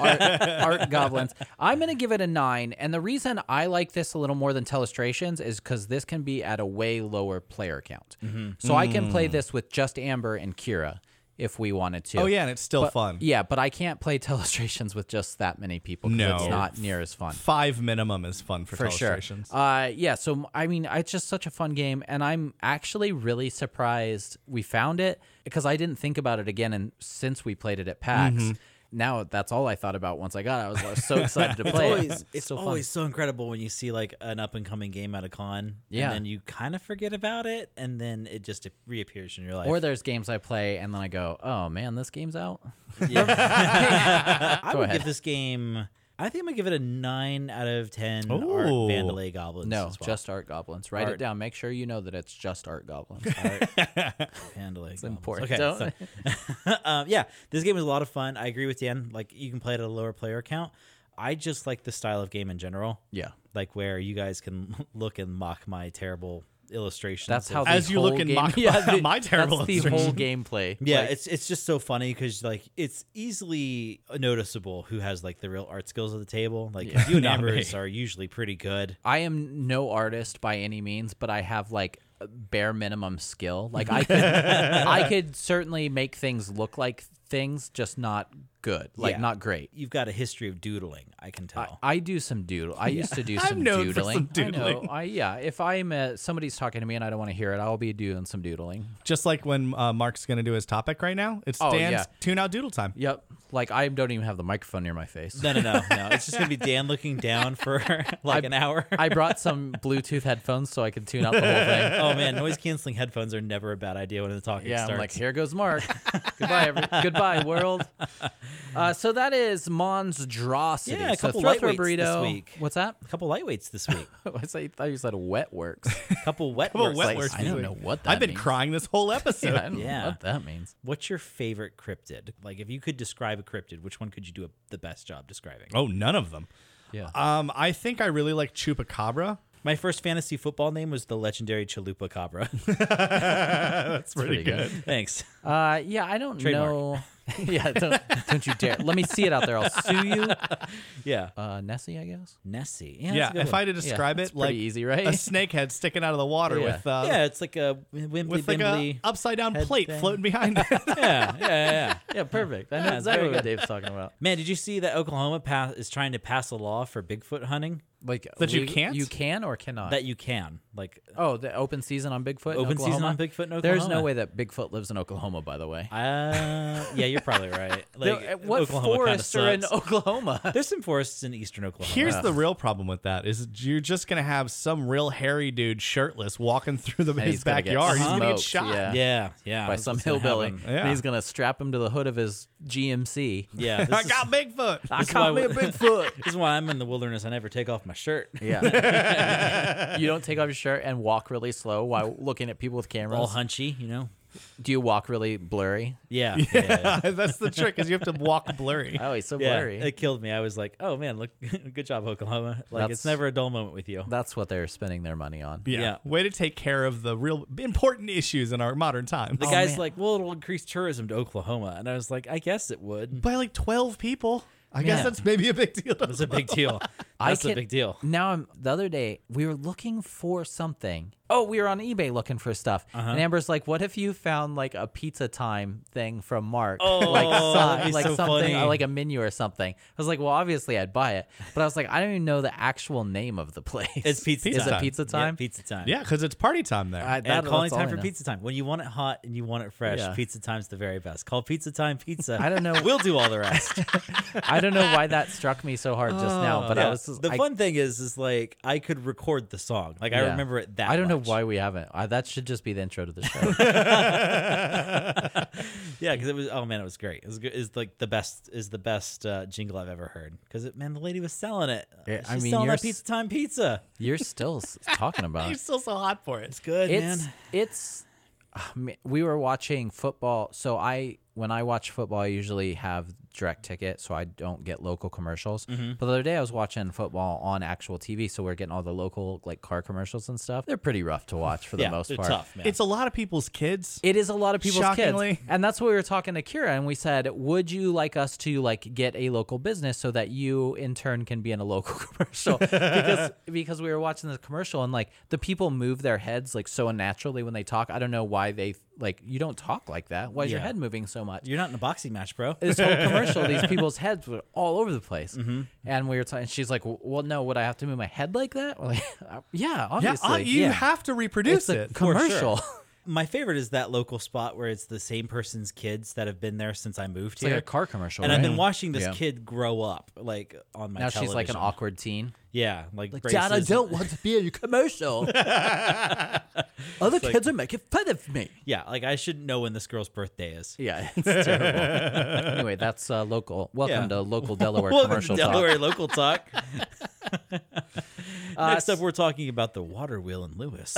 art, art goblins. I'm going to give it a nine. And the reason I like this a little more than Telestrations is because this can be at a way lower player count.
Mm-hmm.
So I can play this with just Amber and Kira if we wanted to.
Mm. Oh, yeah. And it's still
But-
fun.
Yeah, but I can't play Telestrations with just that many people 'cause
No.
it's not near as fun.
Five minimum is fun for,
For sure.
Telestrations.
Uh, yeah. So I mean, it's just such a fun game, and I'm actually really surprised we found it because I didn't think about it again. And since we played it at PAX, now that's all I thought about once I got. It. I was, I was so excited to play. it.
Always, it's
so fun.
always so incredible when you see like an up and coming game at a con,
Yeah.
and then you kind of forget about it, and then it just reappears in your life.
Or there's games I play and then I go, oh man, this game's out.
Yeah. I
Go
would
ahead.
give this game. I think I'm gonna give it a nine out of ten. Art
Ooh.
Vandalay goblins.
No,
as well.
just Art Goblins. Write it
Art-
down. Make sure you know that it's just Art Goblins.
Vandalay. It's
important.
Okay.
Don't-
so- um, yeah, this game was a lot of fun. I agree with Dan. Like, you can play it at a lower player count. I just like the style of game in general,
yeah,
like where you guys can look and mock my terrible illustrations.
that's how.
of-
The
As you
whole
look in
game-
my-
the-
my terrible
That's the whole gameplay.
yeah,
Like,
it's it's just so funny because like it's easily noticeable who has like the real art skills at the table. Like you and
Not me.
Amber's are usually pretty good.
I am no artist by any means, but I have like bare minimum skill. Like I could, I could certainly make things look like things, just not good, like
Yeah.
not great.
You've got a history of doodling. I can
I,
tell.
I do some doodle. I used to do
I'm
some
known for
doodling.
some
I
doodling.
know. I, yeah. If I'm uh somebody's talking to me and I don't want to hear it, I'll be doing some doodling.
Just like when uh, Mark's going to do his topic right now, it's
Oh,
Dan's
yeah.
Tune Out Doodle Time.
Yep. Like I don't even have the microphone near my face.
no, no, no, no. It's just gonna be Dan looking down for like an hour.
I brought some Bluetooth headphones so I could tune out the whole thing.
oh man, noise canceling headphones are never a bad idea when the talking
Yeah,
starts.
I'm like, here goes Mark. goodbye, every- goodbye, world. Uh, so that is Monstrosity.
Yeah, a
so
couple
throw throw
lightweights this
burrito.
week.
What's that?
a couple lightweights this week.
I said- I thought you said wet works.
A couple wet.
Couple
works
wet
like-
words
I don't
this
know
week.
what
I've
that
been
means.
crying this whole episode.
Yeah, I don't
Yeah.
know what that means.
What's your favorite cryptid? Like, if you could describe a cryptid, which one could you do a, the best job describing?
Oh, none of them.
Yeah.
Um, I think I really like Chupacabra.
My first fantasy football name was the legendary Chalupa Cabra.
That's
pretty
pretty,
good.
good.
Thanks.
Uh, yeah, I don't
Trademark.
know. yeah, don't, don't you dare. Let me see it out there. I'll sue you.
Yeah.
Uh, Nessie, I guess.
Nessie. Yeah.
Yeah,
that's a good
if I
one.
had to describe
it's
it like
pretty easy, right?
a snakehead sticking out of the water
Yeah.
with uh,
yeah, it's like a wimbly
with like
bimbly.
a upside down
head
plate
thing.
floating behind it.
yeah, yeah, yeah.
Yeah, perfect. I know
Yeah, it's
exactly
very
what Dave's talking about.
Man, did you see that Oklahoma pass is trying to pass a law for Bigfoot hunting?
Like
That you
leg-
can't?
You can or cannot.
that you can like
oh, the open season on Bigfoot. in
open season
Oklahoma?
on Bigfoot. In
There's no
Oklahoma.
way that Bigfoot lives in Oklahoma. By the way,
Uh, yeah, you're probably right. Like
There- what
Oklahoma kinda
forests are in
sucks.
Oklahoma?
There's some forests in eastern Oklahoma.
Here's the real problem with that is you're just gonna have some real hairy dude shirtless walking through the, his
he's gonna get
backyard. he's gonna get
smoked,
shot.
yeah.
yeah, yeah,
by
that's
some
what's gonna
hillbilly.
happen.
Yeah.
And he's gonna strap him to the hood of his GMC.
Yeah,
I
this is-
got Bigfoot.
I
This is why
caught me a
we-
Bigfoot.
This is why I'm in the wilderness. I never take off my shirt.
Yeah. you don't take off your shirt and walk really slow while looking at people with
All
cameras.
hunchy, you know.
Do you walk really blurry?
Yeah, yeah, yeah.
That's the trick is you have to walk blurry.
Oh, he's so
yeah.
blurry.
It killed me. I was like, oh man, look, good job, Oklahoma. Like
That's-
it's never a dull moment with you.
That's what they're spending their money on.
Yeah.
Yeah.
Way to take care of the real important issues in our modern times.
The guy's
oh, man.
like, well, it'll increase tourism to Oklahoma, and I was like, I guess it would.
Oh, by like 12 people. I
Yeah.
guess that's maybe a big deal.
That's a big deal.
I
That's a
can-
big deal.
Now, I'm, the other day, we were looking for something. Oh, we were on eBay looking for stuff.
Uh-huh.
And Amber's like, what if you found like a pizza time thing from Mark?
Oh,
like,
that'd be
like
so
something,
funny.
uh, like a menu or something. I was like, well, obviously I'd buy it. But I was like, I don't even know the actual name of the place.
It's pizza
Is it
time.
pizza
Yeah,
time?
pizza time.
yeah, because it's party time there.
I- that-
And calling
that's all
time
I
for
know.
pizza time. When you want it hot and you want it fresh,
Yeah.
pizza time's the very best. Call pizza time pizza.
I don't know.
We'll do all the rest.
I don't know why that struck me so hard just now, but
Oh, Yeah.
I was just,
the
I,
fun thing is, is like I could record the song. Like I
yeah.
remember it that.
I don't
much.
know why we haven't. I, that should just be the intro to the show.
Yeah, because it was. Oh man, it was great. It was good. Is like the best. Is the best uh, jingle I've ever heard. Because man, the lady was selling it.
Yeah,
She's
I mean,
selling
you're
that
s-
pizza time pizza.
You're still s- talking about
He's
it.
still so hot for it.
It's good,
It's
man.
it's. ah, ma- We were watching football, so I when I watch football, I usually have direct ticket, so I don't get local commercials.
Mm-hmm.
But the other day, I was watching football on actual TV, so we're getting all the local like car commercials and stuff. They're pretty rough to watch for the
yeah,
most
they're
part.
tough, man.
It's a lot of people's kids.
It is a lot of people's
Shockingly.
kids, and that's what we were talking to Kira, and we said, "Would you like us to like get a local business so that you in turn can be in a local commercial?" because because we were watching the commercial and like the people move their heads like so unnaturally when they talk. I don't know why they like you don't talk like that. Why is your
Yeah.
head moving so much?
you're not in a boxing match, bro.
this whole commercial, these people's heads were all over the place,
Mm-hmm.
and we were talking. She's like, "Well, no, would I have to move my head like that?" We're like, yeah,
Yeah,
obviously,
uh, you
yeah.
have to
it's
reproduce
a
it.
sure.
commercial.
My favorite is that local spot where it's the same person's kids that have been there since I moved
like
here.
a car commercial,
and I've
right?
been watching this
Yeah.
kid grow up, like on my.
now she's like an
television.
awkward teen.
Yeah, like, like
Dad, I don't want to be in your commercial. Other kids are making fun of me.
Yeah, like I shouldn't know when this girl's birthday is.
Yeah, it's terrible. anyway, that's uh, local. Welcome
Yeah.
to local Delaware
Welcome to
commercial talk. Uh,
Delaware local talk. Next
s-
up, we're talking about the water wheel in Lewis.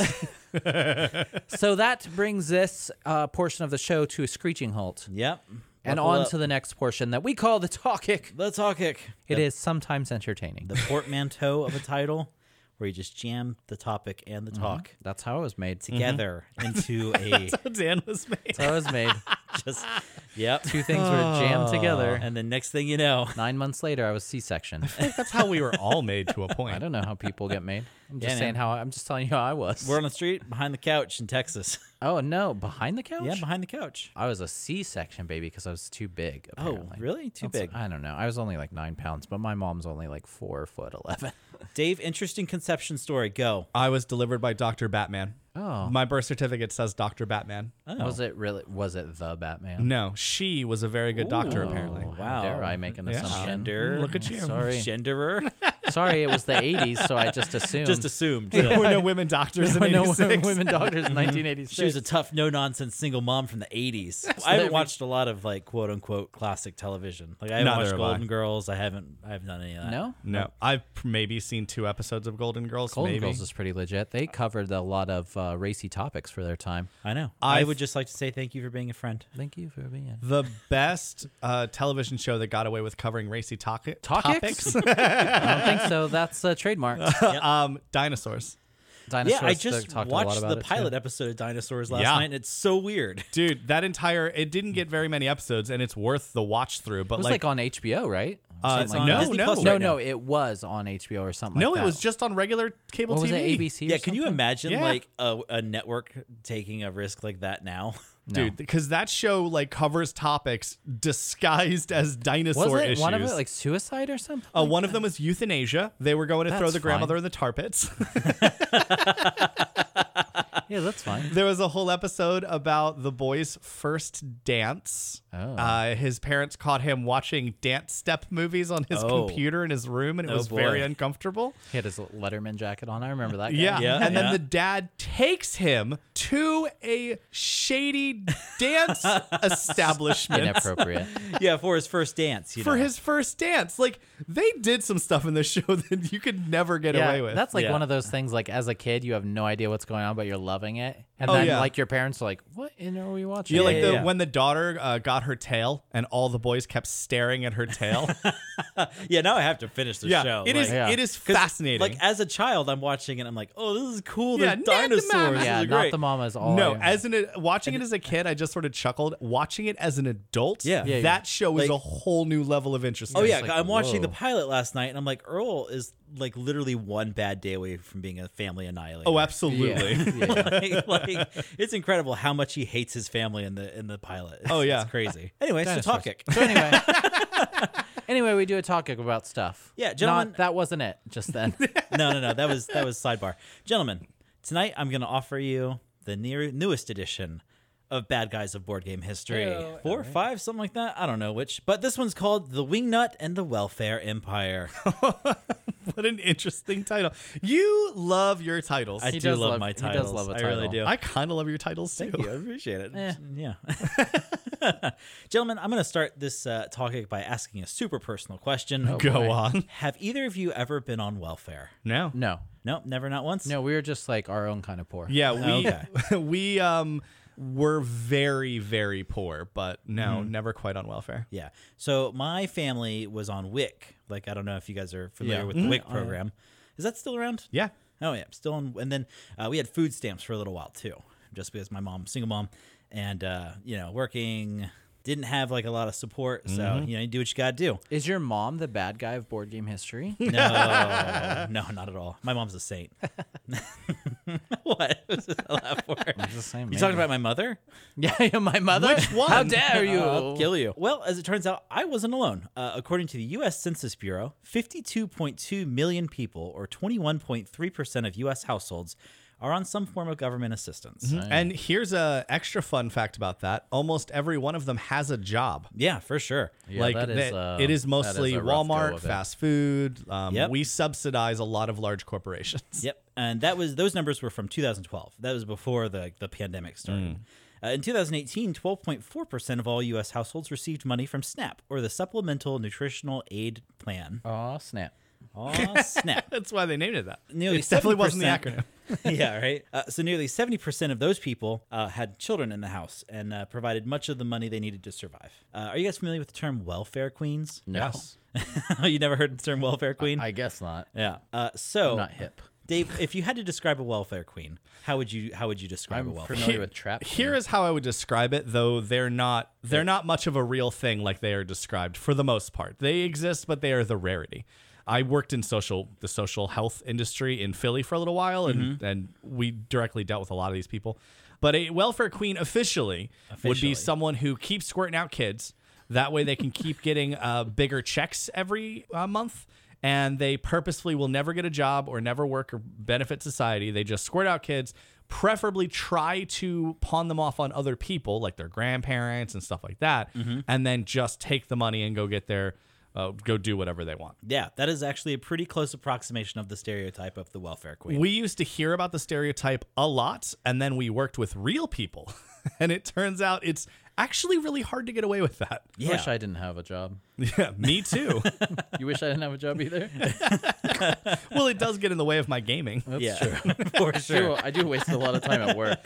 So that brings this uh, portion of the show to a screeching halt,
yep.
and
Buckle
on
up.
to the next portion that we call the talkic.
the talkic.
It is sometimes entertaining.
the portmanteau of a title, where you just jam the topic and the talk
Mm-hmm.
Mm-hmm.
That's how it was made. That's
together into a
Dan was made.
how it was made.
just yep.
Two things were jammed together.
And then next thing you know,
Nine months later, I was C-section.
That's how we were all made to a
I
point.
don't know how people get made. I'm just
Yeah, man.
saying how. I'm just telling you how I was.
we're on the street behind the couch in Texas.
oh no, behind the couch.
yeah, behind the couch.
I was a C-section baby because I was too big. Apparently.
Oh, really? Too big.
That's- I don't know. I was only like nine pounds, but my mom's only like four foot eleven.
Dave, interesting conception story. Go.
I was delivered by Dr. Batman.
Oh.
My birth certificate says Dr. Batman.
Oh.
Was it really? Was it the Batman?
No, she was a very good doctor,
Ooh.
apparently.
Oh, how
Wow.
dare I make an
Yeah.
assumption?
Gender.
Look at you.
Sorry,
Genderer.
sorry. It was the '80s, so I just assumed.
Just assumed.
There were no women doctors in
I know
86.
women doctors in 1986.
Mhm. She was a tough, no nonsense single mom from the '80s. I
there we-
haven't watched a lot of like quote unquote classic television. Like I haven't
Neither
watched
have
Golden
I.
Girls. I haven't. I haven't done any of that.
no.
No, I've maybe seen two episodes of Golden Girls.
Golden
maybe.
Girls is pretty legit. They covered a lot of uh, racy topics for their time.
I know. i
I've-
would just like to say thank you for being a friend.
Thank you for being. in.
the best uh, television show that got away with covering racy toc-
Topics?
topics.
I don't think so. That's uh, a trademark.
um, dinosaurs,
Dinosaurs
yeah, I
th-
just
talked a lot
watched
about
the
it, too.
pilot episode of Dinosaurs last
Yeah.
night, and it's so weird.
dude. That entire it didn't get very many episodes, and it's worth the watch through. But
It was like,
like,
on HBO, right?
uh,
it's on
no,
Disney
no,
Plus
no,
right
no,
now.
it was on HBO or something.
no,
like
it was
that.
just on regular cable
what was
TV.
it ABC? or
yeah, can you
something?
imagine
Yeah.
like a, a network taking a risk like that now?
dude, because that show like covers topics disguised as dinosaur
Was it
issues.
one of it like suicide or something?
Uh, one of them was euthanasia. They were going to throw
That's
the grandmother
fine.
in the tar pits.
yeah, that's fine.
there was a whole episode about the boy's first dance.
Oh.
Uh, his parents caught him watching dance step movies on his
Oh.
computer in his room, and it
Oh,
was very
boy.
uncomfortable.
He had his Letterman jacket on. I remember that. Guy.
Yeah.
Yeah,
and then
yeah.
the dad takes him to a shady dance establishment
inappropriate.
yeah, for his first dance. You
for
know.
his first dance. Like they did some stuff in this show that you could never get away with.
That's like
Yeah.
one of those things. Like as a kid, you have no idea what's going on, but you're loving it, and
Oh,
then
yeah.
like your parents are like, "What in are we watching?"
you know, like
yeah,
the
yeah.
when the daughter uh, got her tail and all the boys kept staring at her tail.
yeah, now I have to finish the show.
it is.
like-
Yeah.
It is
'cause,
fascinating.
Like as a child, I'm watching it. I'm like, oh, this is cool.
Yeah,
There's
not the
dinosaurs.
mama.
This
yeah,
is
not
great.
the mama's all.
no,
I-
as an watching it as a kid, I just sort of chuckled. Watching it as an adult,
Yeah. Yeah,
yeah.
that show is
Like-
a whole new level of interest.
Oh yeah,
like,
I'm watching the
whoa.
pilot last night, and I'm like, Earl is like literally one bad day away from being a family annihilator.
oh absolutely.
like, like, it's incredible how much he hates his family in the in the pilot.
Oh, yeah.
it's crazy. Anyway, so
Dinosaurs.
topic.
So anyway, anyway, we do a talk about stuff.
Yeah, gentlemen-
Not, that wasn't it. Just then.
No, no, no. That was that was sidebar. Gentlemen, tonight I'm going to offer you the near, newest edition of Bad Guys of Board Game History.
Ew.
Four, five, something like that. I don't know which, but this one's called "The Wingnut and the Welfare Empire."
What an interesting title. You love your titles.
I
I,
He
do
does
love,
love-
my
he does
titles.
love a
I really
title.
do.
kind of love your titles too.
Thank you. I appreciate it.
Eh.
Yeah. Gentlemen, I'm going to start this uh, topic by asking a super personal question.
Go
Boy.
on.
Have either of you ever been on welfare?
No.
No,
Nope, never, not once.
no, we were just like our own kind of poor.
Yeah, we
Okay.
we um were very very poor, but no, never quite on welfare.
Yeah. So my family was on WIC. Like, I don't know if you guys are familiar
Yeah. Mm-hmm.
with the WIC program. Is that still around?
Yeah.
Oh yeah, still on. And then uh, we had food stamps for a little while too, just because my mom, single mom, and uh, you know, working, didn't have like a lot of support. So
Mm-hmm.
you know, you do what you gotta do.
Is your mom the bad guy of board game history?
No, no, not at all. My mom's a saint. what? What does that laugh for?
Just saying,
You talking
maybe.
about my mother?
yeah, yeah, my mother.
Which one?
How dare you?
I'll kill you. Well, as it turns out, I wasn't alone. Uh, according to the U.S. Census Bureau, 52.2 million people, or 21.3% of U.S. households, are on some form of government assistance.
And here's a extra fun fact about that. Almost every one of them has a job.
Yeah, for sure.
Yeah,
like
that is,
that-
uh,
it
that
is
is
mostly
a rough go
Walmart,
of it.
fast food. Um,
Yep.
We subsidize a lot of large corporations.
Yep, and that was those numbers were from 2012. That was before the the pandemic
Mm.
started. Uh, in 2018, 12.4 percent of all U.S. households received money from SNAP or the Supplemental Nutritional Aid Plan.
Oh snap! Oh.
Aw, SNAP.
That's why they named it that.
Nearly
it definitely wasn't the
7%.
acronym.
yeah, right. Uh, so nearly 70 percent of those people uh, had children in the house and uh, provided much of the money they needed to survive. Uh, are you guys familiar with the term welfare queens?
No,
Yes.
you never heard the term welfare queen?
I guess not.
yeah. Uh, so
I'm not hip.
Dave, if you had to describe a welfare queen, how would you how would you describe a
I'm
welfare?
familiar with trap.
Here is how I would describe it, though they're not they're not much of a real thing like they are described for the most part. They exist, but they are the rarity. I worked in social the social health industry in Philly for a little while, and
Mm-hmm.
and we directly dealt with a lot of these people. But a welfare queen officially, would
Officially.
be someone who keeps squirting out kids. That way, they can keep getting uh, bigger checks every uh, month. And they purposefully will never get a job or never work or benefit society. They just squirt out kids, preferably try to pawn them off on other people, like their grandparents and stuff like that, and then just take the money and go get their, uh, go do whatever they want.
Yeah, that is actually a pretty close approximation of the stereotype of the welfare queen.
We used to hear about the stereotype a lot, and then we worked with real people. and it turns out it's actually really hard to get away with that.
I wish I didn't have a job.
Yeah, me too.
You wish I didn't have a job either.
well, it does get in the way of my gaming.
yeah, for
Sure,
sure.
I do waste a lot of time at work.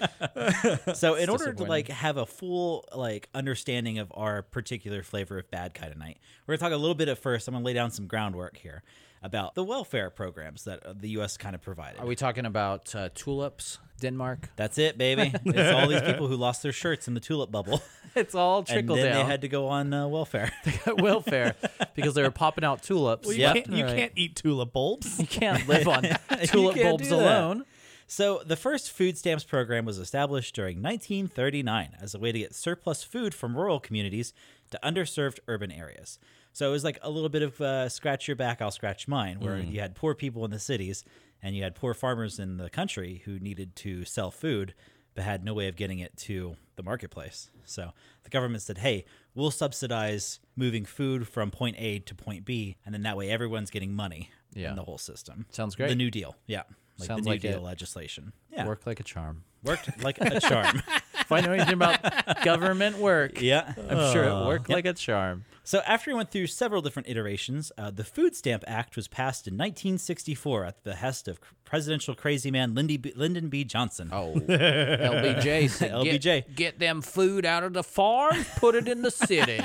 So, in order to
disappointing.
like have a full like understanding of our particular flavor of bad kind of night, we're gonna talk a little bit at first. I'm gonna lay down some groundwork here about the welfare programs that uh, the U.S. kind of provided.
Are we talking about uh, tulips, Denmark?
That's it, baby. It's all these people who lost their shirts in the tulip bubble,
It's all
and
trickle
then they
down
had to go on uh, welfare.
welfare because they were popping out tulips.
Well, you,
Yep.
can't, you
Right.
can't eat tulip bulbs.
You can't live on
You
tulip
can't
bulbs
do that.
alone.
So, the first food stamps program was established during 1939 as a way to get surplus food from rural communities to underserved urban areas. So, it was like a little bit of uh, scratch your back, I'll scratch mine, where
Mm.
you had poor people in the cities and you had poor farmers in the country who needed to sell food but had no way of getting it to the marketplace. So, the government said, hey, we'll subsidize moving food from point A to point B, and then that way everyone's getting money
Yeah.
in the whole system.
Sounds great.
The New Deal. Yeah. Like
Sounds
the New
like
Deal
it.
legislation. Yeah.
Work like a charm.
Worked like a charm.
If I know anything about government work,
yeah.
I'm sure it worked like a charm.
Um, So after it went through several different iterations, uh, the Food Stamp Act was passed in 1964 at the behest of presidential crazy man Lindy B- Lyndon B. Johnson.
Oh, LBJ said,
LBJ.
Get, get them food out of the farm, put it in the city.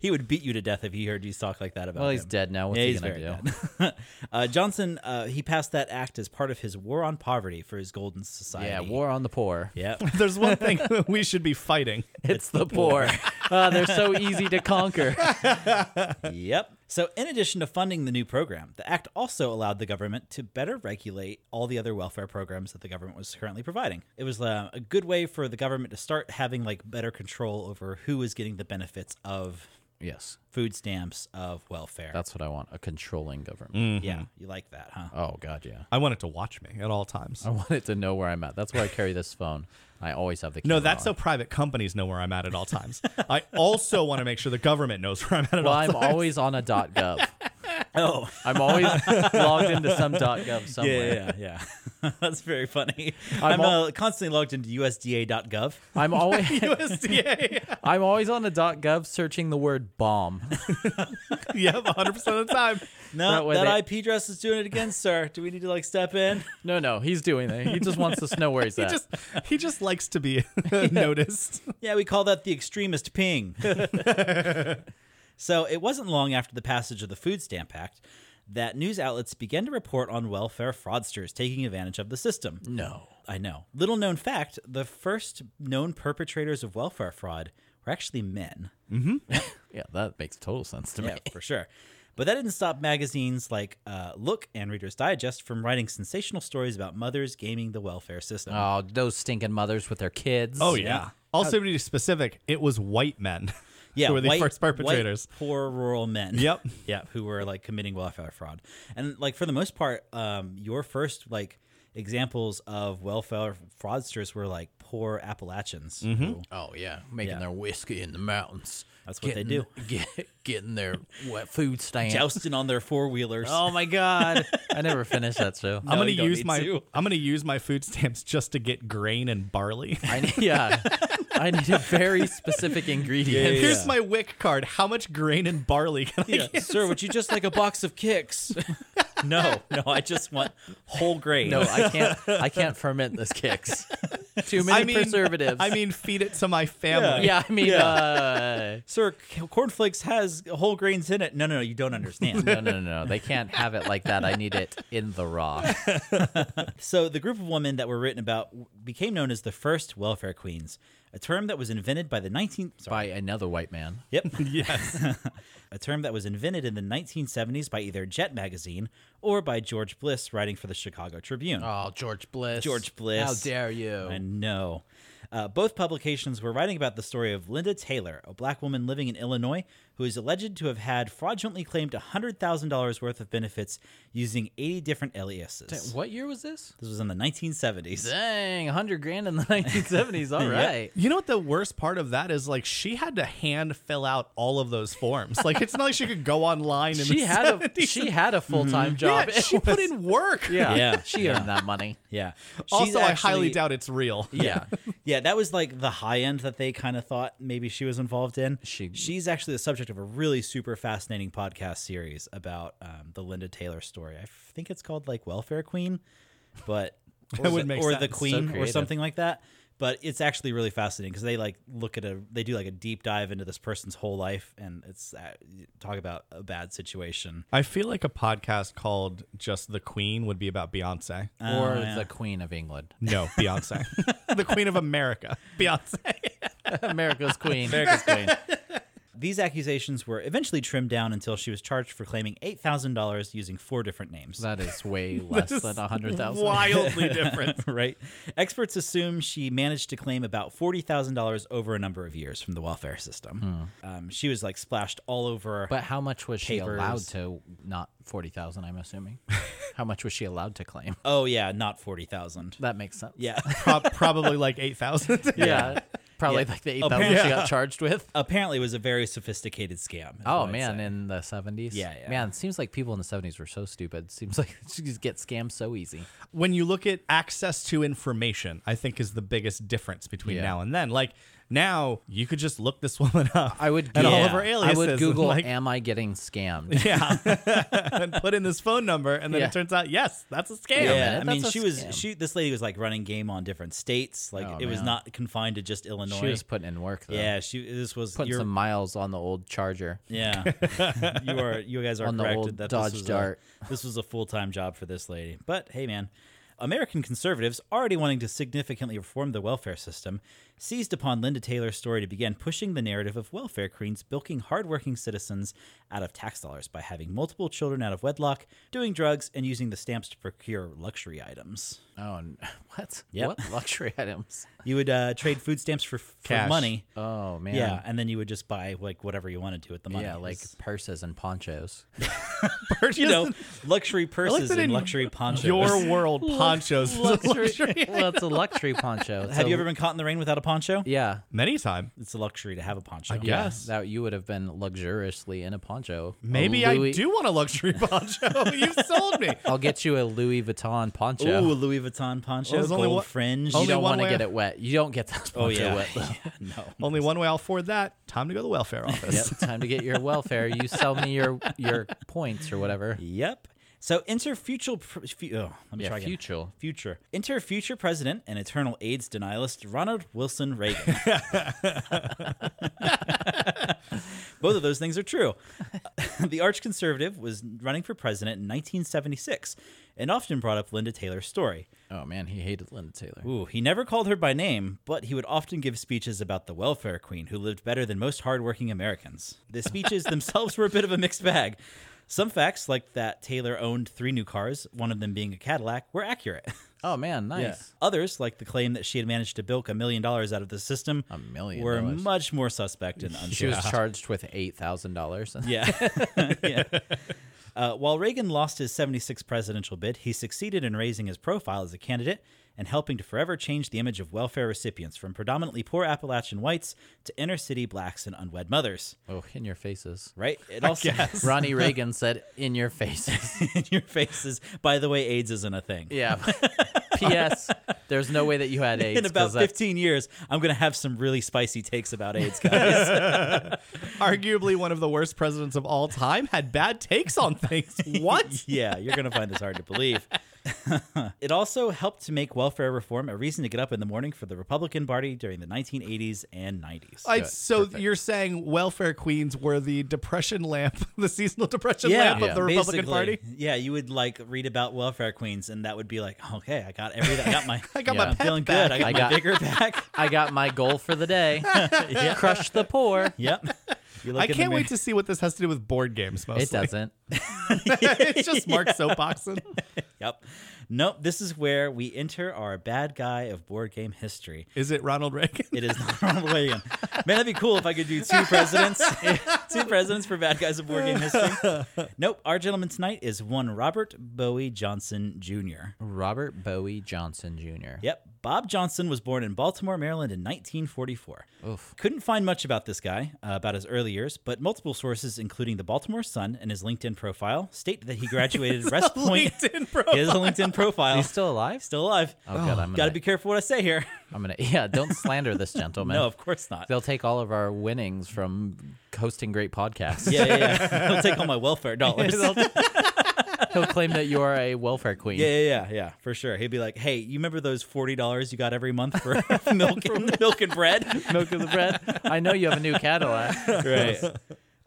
He would beat you to death if he heard you talk like that about
Well,
him.
he's dead now. What's
Yeah,
he
he's
gonna
very
do?
dead. uh, Johnson, uh, he passed that act as part of his war on poverty for his Golden Society.
Yeah, war on the poor.
Yep.
There's one thing we should be fighting.
It's the poor. Ah, they're so easy to conquer.
Yep. So, in addition to funding the new program, the act also allowed the government to better regulate all the other welfare programs that the government was currently providing. It was uh, a good way for the government to start having like better control over who was getting the benefits of
Yes,
food stamps of welfare.
that's what I want—a controlling government.
yeah, you like that, huh?
Oh God, yeah.
I want it to watch me at all times.
I want it to know where I'm at. That's why I carry this phone. I always have the.
No,
camera
that's
on.
so private companies know where I'm at at all times. I also want to make sure the government knows where I'm at at
Well,
all
I'm
times.
always on a .gov.
Oh,
I'm always logged into some .gov
yeah,
somewhere.
yeah, yeah. that's very funny. I'm,
I'm al-
uh, constantly logged into USDA.gov.
I'm always
USDA.
I'm always on a .gov searching the word bomb.
yep, 100% of the time.
That
No,
way
that,
they-
IP address is doing it again, sir. Do we need to like step in?
No, no, he's doing it. He just wants us to know where he's
He
at.
just he just likes to be noticed.
Yeah, we call that the extremist ping. so it wasn't long after the passage of the Food Stamp Act that news outlets began to report on welfare fraudsters taking advantage of the system.
no.
I know. Little known fact the first known perpetrators of welfare fraud were actually men.
Yeah, that makes total sense to me.
Yeah, for sure. But that didn't stop magazines like uh, Look and Reader's Digest from writing sensational stories about mothers gaming the welfare system.
Oh, those stinking mothers with their kids.
Oh,
Also, to be specific, it was white men.
yeah,
who were the
white-
first perpetrators.
white, poor rural men.
Yep.
yeah, who were like committing welfare fraud, and like for the most part, um, your first like examples of welfare fraudsters were like poor Appalachians.
Mm-hmm.
who-
Oh yeah, making
Yeah.
their whiskey in the mountains.
That's what they
Getting- Get, getting their wet food stamps.
Jousting on their four wheelers.
Oh my god, I never finished that show.
I'm gonna
you don't
use
need
my
to.
I'm gonna use my food stamps just to get grain and barley.
I need, yeah, I need a very specific ingredient.
Yeah.
Here's my wick card. How much grain and barley can I get?
Sir, would you just like a box of kicks? no, no, I just want whole grain.
No, I can't. I can't ferment this kicks. Too many
I mean,
preservatives.
I mean, feed it to my family.
yeah, I mean, Uh,
Sir, c- cornflakes has whole grains in it. No, no, no, you don't understand.
no, no, no, no. They can't have it like that. I need it in the raw.
So the group of women that were written about w- became known as the first welfare queens, a term that was invented by the 19th sorry,
By another white man.
yep,
Yes.
a term that was invented in the 1970s by either Jet magazine or by George Bliss writing for the Chicago Tribune.
Oh, George Bliss.
George Bliss.
How dare you?
I know. Uh, both publications were writing about the story of Linda Taylor, a black woman living in Illinois who is alleged to have had fraudulently claimed $100,000 worth of benefits using 80 different aliases.
what year was this?
This was in the 1970s.
Dang, 100 grand in the 1970s. All right.
You know what the worst part of that is? Like she had to hand fill out all of those forms. Like it's not like she could go online and
She had a she had a
Mm-hmm.
full-time job.
yeah, she put in work.
yeah.
Yeah.
She earned that money.
Yeah. She's
Also, I highly
actually-
doubt it's real.
Yeah.
Yeah, that was like the high end that they kind of thought maybe she was involved in.
She-
she's actually the subject of a really super fascinating podcast series about um, the Linda Taylor story. I think it's called like Welfare Queen, but or,
would
the,
make
or
sense.
the
So
Queen or
creative.
something like that. But it's actually really fascinating because they like look at a they do like a deep dive into this person's whole life and it's uh, talk about a bad situation.
I feel like a podcast called "Just the Queen" would be about Beyonce.
or
yeah.
the Queen of England.
No, Beyonce, the Queen of America, Beyonce.
America's Queen.
America's Queen. These accusations were eventually trimmed down until she was charged for claiming $8,000 using four different names.
That is way less than a hundred thousand.
Wildly different.
right? Experts assume she managed to claim about $40,000 over a number of years from the welfare system. Um, she was like splashed all over.
Hmm. But how much was she allowed
Papers.
to? Not forty thousand, I'm assuming. how much was she allowed to claim?
oh, yeah, not 40,000.
That makes sense.
Yeah.
Pro- probably like 8,000.
Yeah. Probably
Yeah.
like the eight
Oh,
thousand she
yeah.
got charged with.
Apparently, it was a very sophisticated scam. is
Oh
what I'd
man,
say.
in the seventies.
Yeah, yeah.
Man, it seems like people in the seventies were so stupid. Seems like she just get scammed so easy.
when you look at access to information, I think is the biggest difference between
Yeah.
now and then. Like now, you could just look this woman up.
I would
and all
yeah,
of her
I
aliases.
I would
and,
Google
like,
am I getting scammed?
yeah, and put in this phone number, and then
Yeah.
it turns out yes, that's a scam.
Yeah,
minute,
I mean,
that's a
she was
scam.
she. This lady was like running game on different states. Like
Oh,
it was
man.
not confined to just Illinois.
She was putting in work though.
yeah, she. This was
Putting
your.
some miles on the old charger.
yeah, you are. You guys are
On the
corrected
old
that
Dodge
this was
Dart.
A, this was a full time job for this lady. But hey, man, American conservatives already wanting to significantly reform the welfare system seized upon Linda Taylor's story to begin pushing the narrative of welfare queens bilking hardworking citizens out of tax dollars by having multiple children out of wedlock, doing drugs, and using the stamps to procure luxury items.
Oh, n- what?
Yep.
What luxury items?
You would uh, trade food stamps for, for
Cash.
money.
Oh man.
Yeah, and then you would just buy like whatever you wanted to with the money.
Yeah, like
It's,
purses and ponchos.
Purchase
you know, luxury purses
that
and
in
luxury ponchos.
your world ponchos. luxury.
well, it's a luxury poncho. It's
Have
a-
you ever been caught in the rain without a poncho?
Yeah.
Many time.
It's a luxury to have a poncho.
guess.
Yeah,
Yes.
that you would have been luxuriously in a poncho. A
Maybe I
Oh, Louis-
do want a luxury poncho. You've sold me.
I'll get you a Louis Vuitton poncho.
Ooh, Louis Vuitton poncho,
Well, there's
gold
only one-
fringe.
you
only
don't
one
want to
way-
get it wet. You don't get that
oh
poncho
yeah.
wet. Though.
Yeah, no.
Only one way I'll afford that. Time to go to the welfare office.
yep, time to get your welfare. You sell me your your points or whatever.
Yep. So interfuture. pr- fu- Oh, let me
Yeah,
try again.
future.
Future. Interfuture president and eternal AIDS denialist Ronald Wilson Reagan. Both of those things are true. the arch conservative was running for president in 1976 and often brought up Linda Taylor's story.
Oh man, he hated Linda Taylor.
Ooh, he never called her by name, but he would often give speeches about the welfare queen who lived better than most hardworking Americans. The speeches themselves were a bit of a mixed bag. Some facts, like that Taylor owned three new cars, one of them being a Cadillac, were accurate.
Oh man, nice.
Others, like the claim that she had managed to bilk a million dollars out of the system, a
million
were
dollars.
much more suspect and unsure.
She was charged with eight thousand dollars.
Yeah. yeah. Uh, while Reagan lost his 76 presidential bid, he succeeded in raising his profile as a candidate and helping to forever change the image of welfare recipients from predominantly poor Appalachian whites to inner city blacks and unwed mothers.
Oh, in your faces.
Right? It also
Ronnie Reagan said, "In your faces."
in your faces. By the way, AIDS isn't a thing.
Yeah. P.S. There's no way that you had AIDS.
In about
'cause that-
15 years, I'm going to have some really spicy takes about AIDS, guys.
Arguably one of the worst presidents of all time had bad takes on things. What?
yeah, you're going to find this hard to believe. it also helped to make welfare reform a reason to get up in the morning for the Republican Party during the 1980s and 90s.
I,
Good.
so you're saying welfare queens were the depression lamp, the seasonal depression lamp
Yeah.
of the Republican
basically.
Party?
Yeah, you would like read about welfare queens, and that would be like, okay, I got everything. I got my,
I got
Yeah.
my pep
feeling
back.
good. I got
I
my
got-
bigger back.
I got my goal for the day. Crush the poor.
Yep. You look
I
in the
can't
mirror-
wait to see what this has to do with board games. Mostly,
It doesn't.
it's just Mark Soapboxen.
Yep. Nope. This is where we enter our bad guy of board game history.
Is it Ronald Reagan?
It is not Ronald Reagan. Man, that'd be cool if I could do two presidents, two presidents for bad guys of board game history. Nope. Our gentleman tonight is one Robert Bowie Johnson Jr.
Robert Bowie Johnson Jr.
Yep. Bob Johnson was born in Baltimore, Maryland in 1944. Couldn't find much about this guy, uh, about his early years, but multiple sources, including the Baltimore Sun and his LinkedIn profile, state that he graduated West Point.
LinkedIn
He has a LinkedIn profile.
He's still alive?
Still alive.
Oh, God, I'm
Got
gonna,
to be careful what I say here.
I'm gonna. Yeah, don't slander this gentleman.
No, of course not.
They'll take all of our winnings from hosting great podcasts.
Yeah, yeah, yeah. He'll take all my welfare dollars. yeah,
He'll claim that you are a welfare queen.
yeah, yeah, yeah, for sure. He'd be like, "Hey, you remember those forty dollars you got every month for milk and milk and bread?"
Milk of the bread. I know you have a new Cadillac.
right.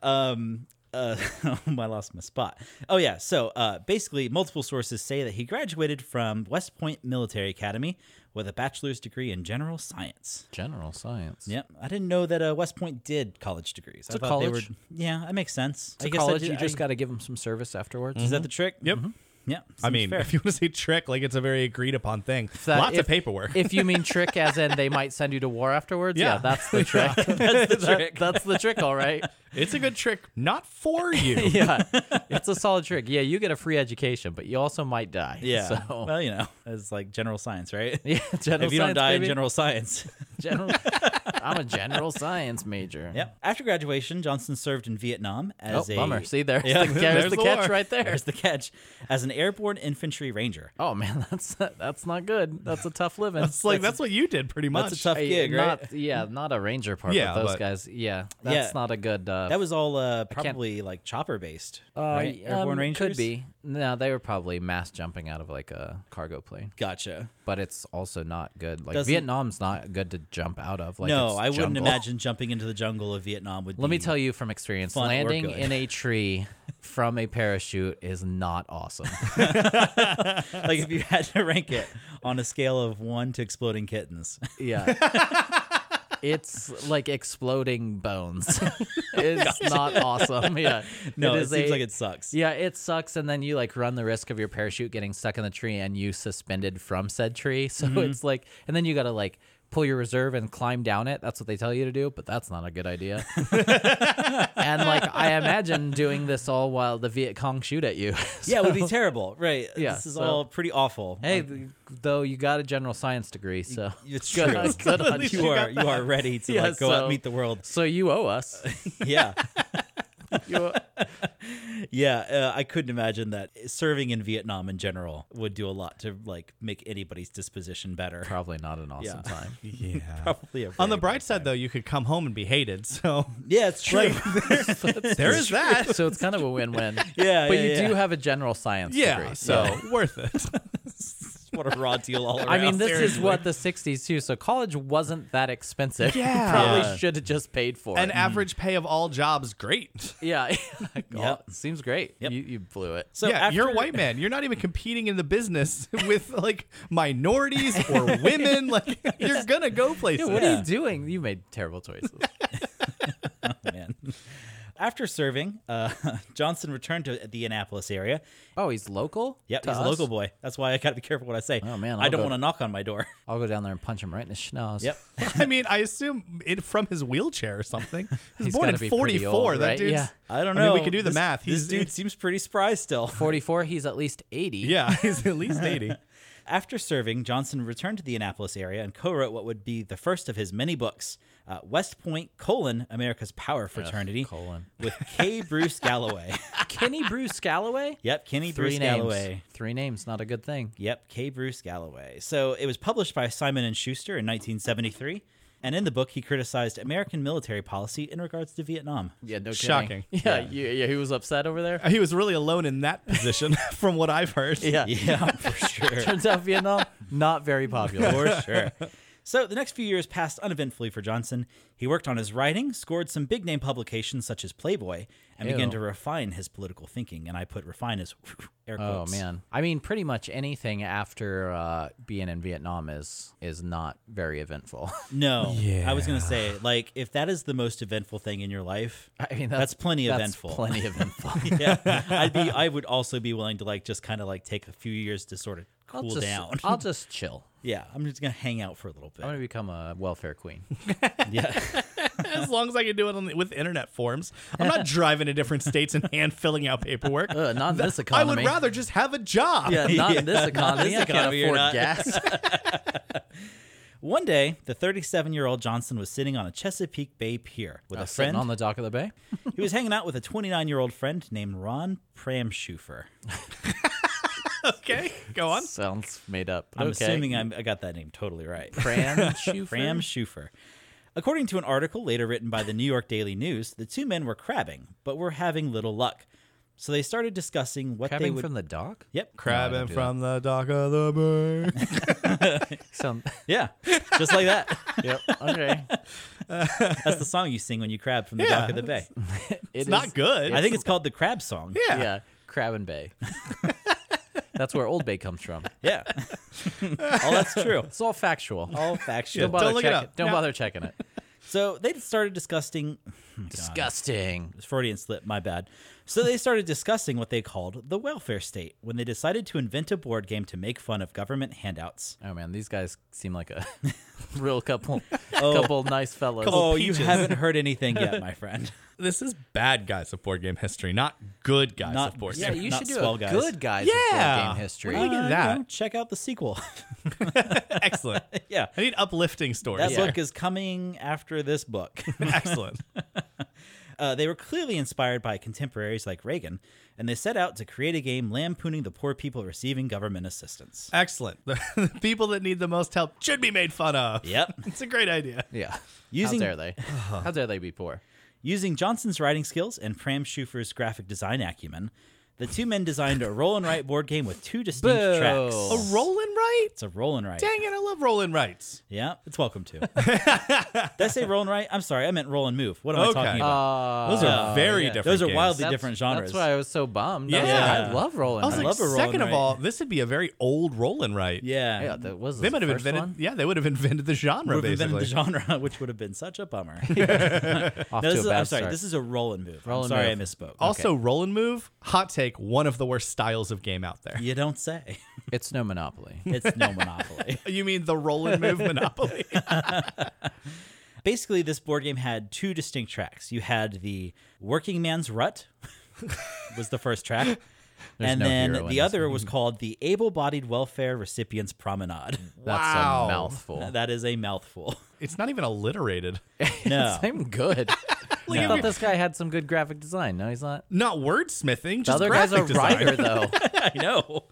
Um, uh, I lost my spot. Oh yeah. So uh, basically, multiple sources say that he graduated from West Point Military Academy, with a bachelor's degree in general science.
General science.
Yep, I didn't know that uh, West Point did college degrees. I
a
thought they
college.
were. Yeah, that makes sense.
To
I Mm-hmm.
college,
did-
you just
I-
got Mm-hmm. to give them some service afterwards.
Is that the trick?
Yep.
Yeah.
I
seems
mean,
fair.
if you want to say trick, like it's a very agreed upon thing.
that
Lots
if-
of paperwork.
if you mean trick, as in they might send you to war afterwards, yeah,
Yeah.
that's the trick.
that's the
That-
trick.
that's the trick, all right.
it's a good trick, not for you.
Yeah, it's a solid trick. Yeah, you get a free education, but you also might die.
yeah.
So,
Well, you know, it's like general science, right?
yeah, general
if you don't
science,
die in
baby.
general science.
General- I'm a general science major.
yep. After graduation, Johnson served in Vietnam
Oh,
as a
bummer. See, there's
Yeah,
the, there's
there's
the
the
catch
war.
right there.
There's the catch. As an airborne infantry ranger.
Oh man, that's that's not good. That's a tough living.
It's like that's what you did pretty much.
That's a tough
Hey,
gig, right?
not, Yeah, not a ranger part.
Yeah,
but those
but-
guys. Yeah, that's
Yeah.
not a good. Uh,
That was all uh, probably like chopper based,
uh,
right?
um,
Airborne Rangers
could be. No, they were probably mass jumping out of like a cargo plane.
Gotcha.
But it's also not good. Like
Doesn't-
Vietnam's not good to jump out of. Like
no,
it's
I wouldn't
jungle.
imagine jumping into the jungle of Vietnam would.
Let
be,
me tell you from experience,
fun or
landing
good.
in a tree from a parachute is not awesome.
like if you had to rank it on a scale of one to exploding kittens.
Yeah. it's like exploding bones. it's not awesome. Yeah.
no, it,
is
seems
a-
like it sucks.
Yeah, it sucks, and then you like run the risk of your parachute getting stuck in the tree and you suspended from said tree. So
Mm-hmm.
it's like, and then you gotta like pull your reserve and climb down it. That's what they tell you to do, but that's not a good idea. and like, I imagine doing this all while the Viet Cong shoot at you.
Yeah, it would be terrible, right?
Yeah,
this is
so-
all pretty awful.
Hey, th- though you got a general science degree, so
it's
good
true.
on- good on
you are you are ready to
Yeah,
like go out
so-
and meet the world.
So you owe us.
Yeah,
You owe-
yeah. Uh, I couldn't imagine that serving in Vietnam in general would do a lot to like make anybody's disposition better.
Probably not an awesome
Yeah.
time.
yeah.
Probably a
On the
very
bright
bad
side, though, you could come home and be hated. So
time. Yeah, it's true.
there is that.
So it's kind of a win-win.
yeah,
But
yeah,
you
yeah.
do have a general science
Yeah.
degree.
So worth it.
what a raw deal all around.
I mean, this is
Seriously.
what the '60s too. So college wasn't that expensive.
Yeah.
probably
Yeah.
should have just paid for
mm.
An
it.
average pay of all jobs, great.
yeah, oh,
Yep.
seems great.
Yep.
You, you blew it.
so
yeah, you're a
after-
white man. You're not even competing in the business with like minorities or women. Like you're gonna go places.
What
Yeah.
are you doing? You made terrible choices.
man. After serving, uh, Johnson returned to the Annapolis area.
oh, he's local.
Yep,
To
he's a
us?
local boy. That's why I got to be careful what I say.
Oh, man,
I
I'll
don't
go-
want to knock on my door.
I'll go down there and punch him right in the schnoz.
Yep.
I mean, I assume it from his wheelchair or something. He was
He's
born
gotta
in
be pretty
44.
old,
that
right?
dude's.
Yeah.
I don't
I mean,
know.
we could do the
This-
math.
This
He's-
dude seems pretty spry still.
44. He's at least 80.
Yeah, he's at least 80.
After serving, Johnson returned to the Annapolis area and co-wrote what would be the first of his many books, uh, West Point: colon, America's Power Fraternity,
colon.
with K. Bruce Galloway.
Kenny Bruce Galloway.
yep, Kenny
Three
Bruce
names.
Galloway.
Three names. Not a good thing.
Yep, K. Bruce Galloway. So it was published by Simon and Schuster in 1973, and in the book he criticized American military policy in regards to Vietnam.
Yeah. No.
Shocking.
Kidding. Yeah. Yeah. yeah. He was upset over there.
He was really alone in that position, from what I've heard.
Yeah.
Yeah, for sure.
Turns out Vietnam not very popular.
for sure. So the next few years passed uneventfully for Johnson. He worked on his writing, scored some big name publications such as Playboy, and began
Ew.
to refine his political thinking. And I put refine as air
Oh
quotes.
man, I mean, pretty much anything after uh, being in Vietnam is is not very eventful.
No, I was gonna say like if that is the most eventful thing in your life,
I mean,
that's, plenty
that's
eventful.
Plenty eventful.
yeah, I'd be. I would also be willing to like just kind of like take a few years to sort of
I'll
cool
just,
down.
I'll just chill.
yeah, I'm just gonna hang out for a little
I'm
bit.
gonna become a welfare queen.
Yeah,
As long as I can do it on the, with internet forms. I'm not driving to different states and hand filling out paperwork.
Uh, not in this
I
economy.
would rather just have a job.
Yeah, not in
Yeah,
this
not
economy.
this
I can't
economy, you're not.
afford gas.
One day, the 37 year old Johnson was sitting on a Chesapeake Bay pier with a
Sitting
friend.
on the dock of the bay.
he was hanging out with a 29 year old friend named Ron Pramschufer.
Okay, go on.
Sounds made up.
I'm
okay.
assuming I'm, I got that name totally right.
Pram Schufer?
Pramschufer. According to an article later written by the New York Daily News, the two men were crabbing, but were having little luck. So they started discussing what they
Crabbing
would.
from the dock.
yep.
Crabbing
do
from the dock of the bay.
Some.
Yeah. Just like that.
yep. Okay.
That's the song you sing when you crab from the
Yeah.
dock of the bay.
It's
Not good.
I think it's called the crab song.
Yeah.
Yeah. Crab and Bay. That's where Old Bay comes from.
Yeah. all that's true.
It's all factual.
All
Don't
factual.
bother,
Oh, Don't look it
check-
up.
don't
No.
bother checking it.
so they started discussing
Disgusting.
Freudian slip, my bad. So they started discussing what they called the welfare state when they decided to invent a board game to make fun of government handouts.
Oh man, these guys seem like a real couple,
Oh.
couple nice fellows.
Oh,
peaches.
you haven't heard anything yet, my friend.
This is bad guys of board game history, not good guys
Not-
of board
yeah,
game.
you
not
should do
swell
a
guys.
good guys
Yeah.
yeah. game
What
history.
do Look at
Uh, you
that.
know, check out the sequel.
Excellent.
yeah.
I need uplifting stories.
That
Yeah.
book is coming after this book.
Excellent.
Uh, they were clearly inspired by contemporaries like Reagan, and they set out to create a game lampooning the poor people receiving government assistance.
Excellent. The, the people that need the most help should be made fun of.
Yep.
It's a great idea.
yeah.
Using-
How dare they? How dare they be poor?
Using Johnson's writing skills and Pram Schufer's graphic design acumen, the two men designed a roll and write board game with two distinct
Boo.
tracks.
A
Rolling right?
It's a roll and write.
Dang it, I love rolling rights.
Yeah, it's welcome to. Did I say roll and write? I'm sorry, I meant roll and move. What am I
Okay.
talking about?
Uh, Those are very
yeah.
different.
Uh, Those are
games.
wildly
Uh, That's-
different genres.
That's why I was so bummed. I was
Yeah.
like, I love rolling.
I was
I
like,
love a roll
second
and
of
write.
all, this would be a very old roll and right.
yeah.
yeah, that was
They
the
might have
first
invented,
one?
yeah, they would have invented the genre
would have
basically.
invented the genre, which would have been such a bummer.
Off
No,
to
this
a
is,
bad
I'm sorry,
start.
this is a roll and move.
Roll
I'm
and
sorry
move.
I misspoke.
Also, roll and move, hot take, one of the worst styles of game out there.
you don't say.
it's no Monopoly.
It's no monopoly.
You mean the roll and move monopoly?
Basically, this board game had two distinct tracks. You had the working man's rut was the first track. and
no hero
then
in
the
this
other was called the able-bodied welfare recipients promenade.
That's
Wow.
a mouthful.
that is a mouthful.
it's not even alliterated.
No.
I'm good. I thought this guy had some good graphic design. No, he's not.
Not
The
wordsmithing, just
other guy's a
graphic design.
writer, though.
I know.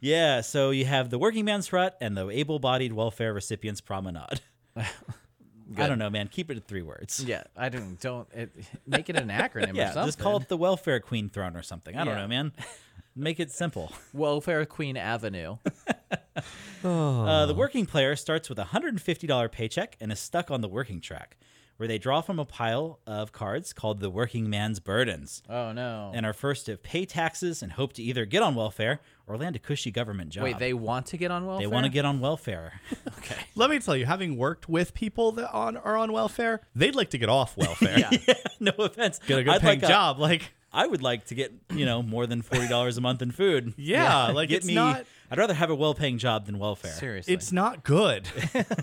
Yeah, so you have the working man's rut and the able-bodied welfare recipients promenade. I don't know, man. Keep it to three words.
yeah, I don't. Don't it, make it an acronym or
Yeah,
something.
just call it the welfare queen throne or something. I don't
Yeah.
know, man. Make it simple.
Welfare Queen Avenue.
Uh, the working player starts with a $150 paycheck and is stuck on the working track, where they draw from a pile of cards called the working man's burdens
Oh no.
and are first to pay taxes and hope to either get on welfare or land a cushy government job.
Wait, they want to get on welfare.
uh, they want to get on welfare.
Let me tell you, having worked with people that on are on welfare, they'd like to get off welfare. yeah.
no offense.
Get a good
I'd
paying
like a-
job. Like,
I would like to get, you know, more than $40 a month in food.
yeah, like
Get
it's
me
not
I'd rather have a well-paying job than welfare.
seriously.
it's not good.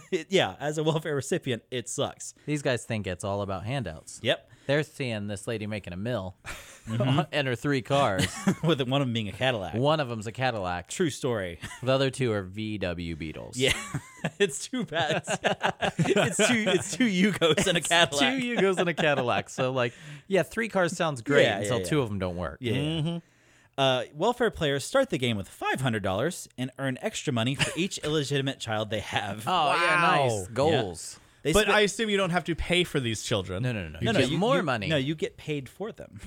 It- yeah, as a welfare recipient, it sucks.
These guys think it's all about handouts.
Yep.
They're seeing this lady making a mill,
Mm-hmm.
and her three cars.
With one of them being a Cadillac.
One of them's a Cadillac.
True story.
The other two are VW Beetles.
Yeah, it's too bad. it's two. It's two Yugos and a Cadillac.
Two Yugos and a Cadillac. So like, yeah, three cars sounds great
Yeah, yeah,
until
yeah.
two of them don't work.
yeah. Uh, welfare players start the game with five hundred dollars and earn extra money for each illegitimate child they have.
Oh yeah, nice
Wow.
goals.
they
but
spe-
I assume you don't have to pay for these children.
No, no, no, no.
no, no,
You get
you-
more
you-
money.
No, you get paid for them.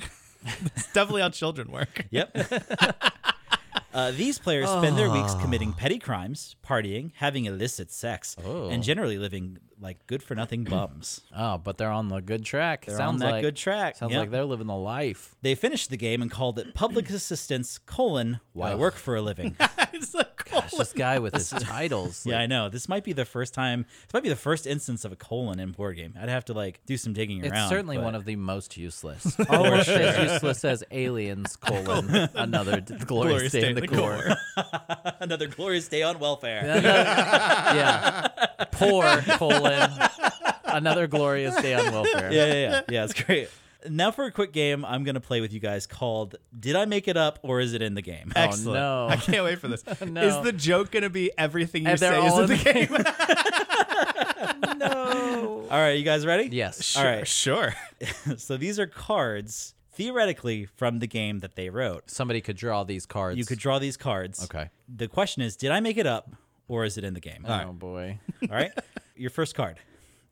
It's definitely how children work.
Yep. Uh, these players spend their
Oh.
weeks committing petty crimes, partying, having illicit sex, and generally living like good for nothing bums.
Oh, but they're on the good track.
They're
sounds
on that
like
good track.
Sounds
Yep.
like they're living the life.
They finished the game and called it public assistance colon why
Ugh.
work for a living.
it's like,
It's this guy with his titles.
Yeah,
like,
I know. This might be the first time. This might be the first instance of a colon in board game. I'd have to like do some digging
it's
around.
certainly
but-
one of the most useless. Almost as useless as aliens colon another d- glorious,
Glorious
day in the, core.
another glorious day on welfare.
yeah, poor colon another glorious day on welfare.
Yeah, yeah, yeah. Yeah, it's great. Now for a quick game, I'm gonna play with you guys called "Did I Make It Up or Is It in the Game?"
Oh,
Excellent.
no.
I can't wait for this.
No.
Is the joke going to be everything you
And they're
say is
all
in the
in the-
game?
No.
All right, you guys ready?
Yes.
All right.
Sure.
So these are cards theoretically from the game that they wrote.
Somebody could draw these cards.
You could draw these cards.
Okay.
The question is, did I make it up or is it in the game?
Oh boy.
All right. Your first card.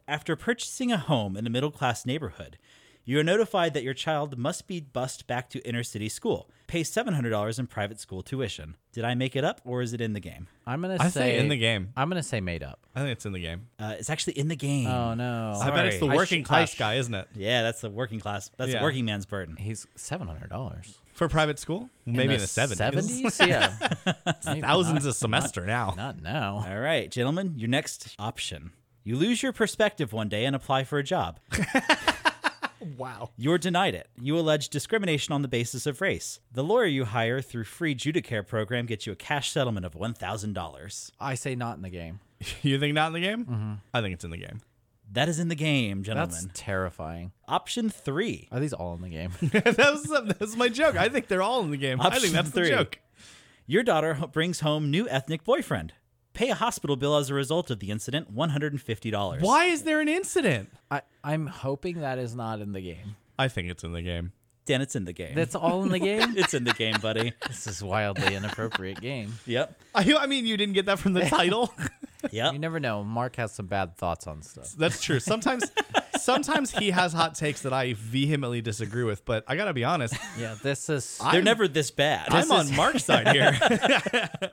After purchasing a home in a middle class neighborhood, You are notified that your child must be bused back to inner city school. Pay $700 in private school tuition. Did I make it up or is it in the game?
I'm gonna
I
say
say in the game.
I'm gonna say made up.
I think it's in the game.
Uh, it's actually in the game.
Oh no.
I bet it's the
Sorry.
I
working
sh- I
class
sh-
guy, isn't it?
Yeah, that's the working class. That's the
Yeah.
working man's burden.
He's seven hundred dollars.
For private school? Maybe in the, 70s.
Seventies, yeah. Maybe
Thousands
not,
a semester now.
not now.
All right, gentlemen, your next option. You lose your perspective one day and apply for a job.
Wow.
You're denied it. You allege discrimination on the basis of race. The lawyer you hire through free Judicare program gets you a cash settlement of $1,000.
I say not in the game.
You think not in the game? Mm-hmm. I think it's in the game.
That is in the game, gentlemen.
That's terrifying.
Option three.
Are these all in the game?
that, was, that was my joke. I think they're all in the game. I
Option
think that's
three.
the joke.
Your daughter h- brings home new ethnic boyfriend. Pay a hospital bill as a result of the incident, $150.
Why is there an incident?
I, I'm hoping that is not in the game.
I think it's in the game.
Dan, it's in the game.
That's all in the game?
it's in the game, buddy.
this is wildly inappropriate game.
Yep.
I, I mean, you didn't get that from the title.
Yep.
You never know. Mark has some bad thoughts on stuff.
That's true. Sometimes, sometimes he has hot takes that I vehemently disagree with. But I gotta be honest,
Yeah, this is
They're
I'm-
never this bad.
I'm on Mark's side here.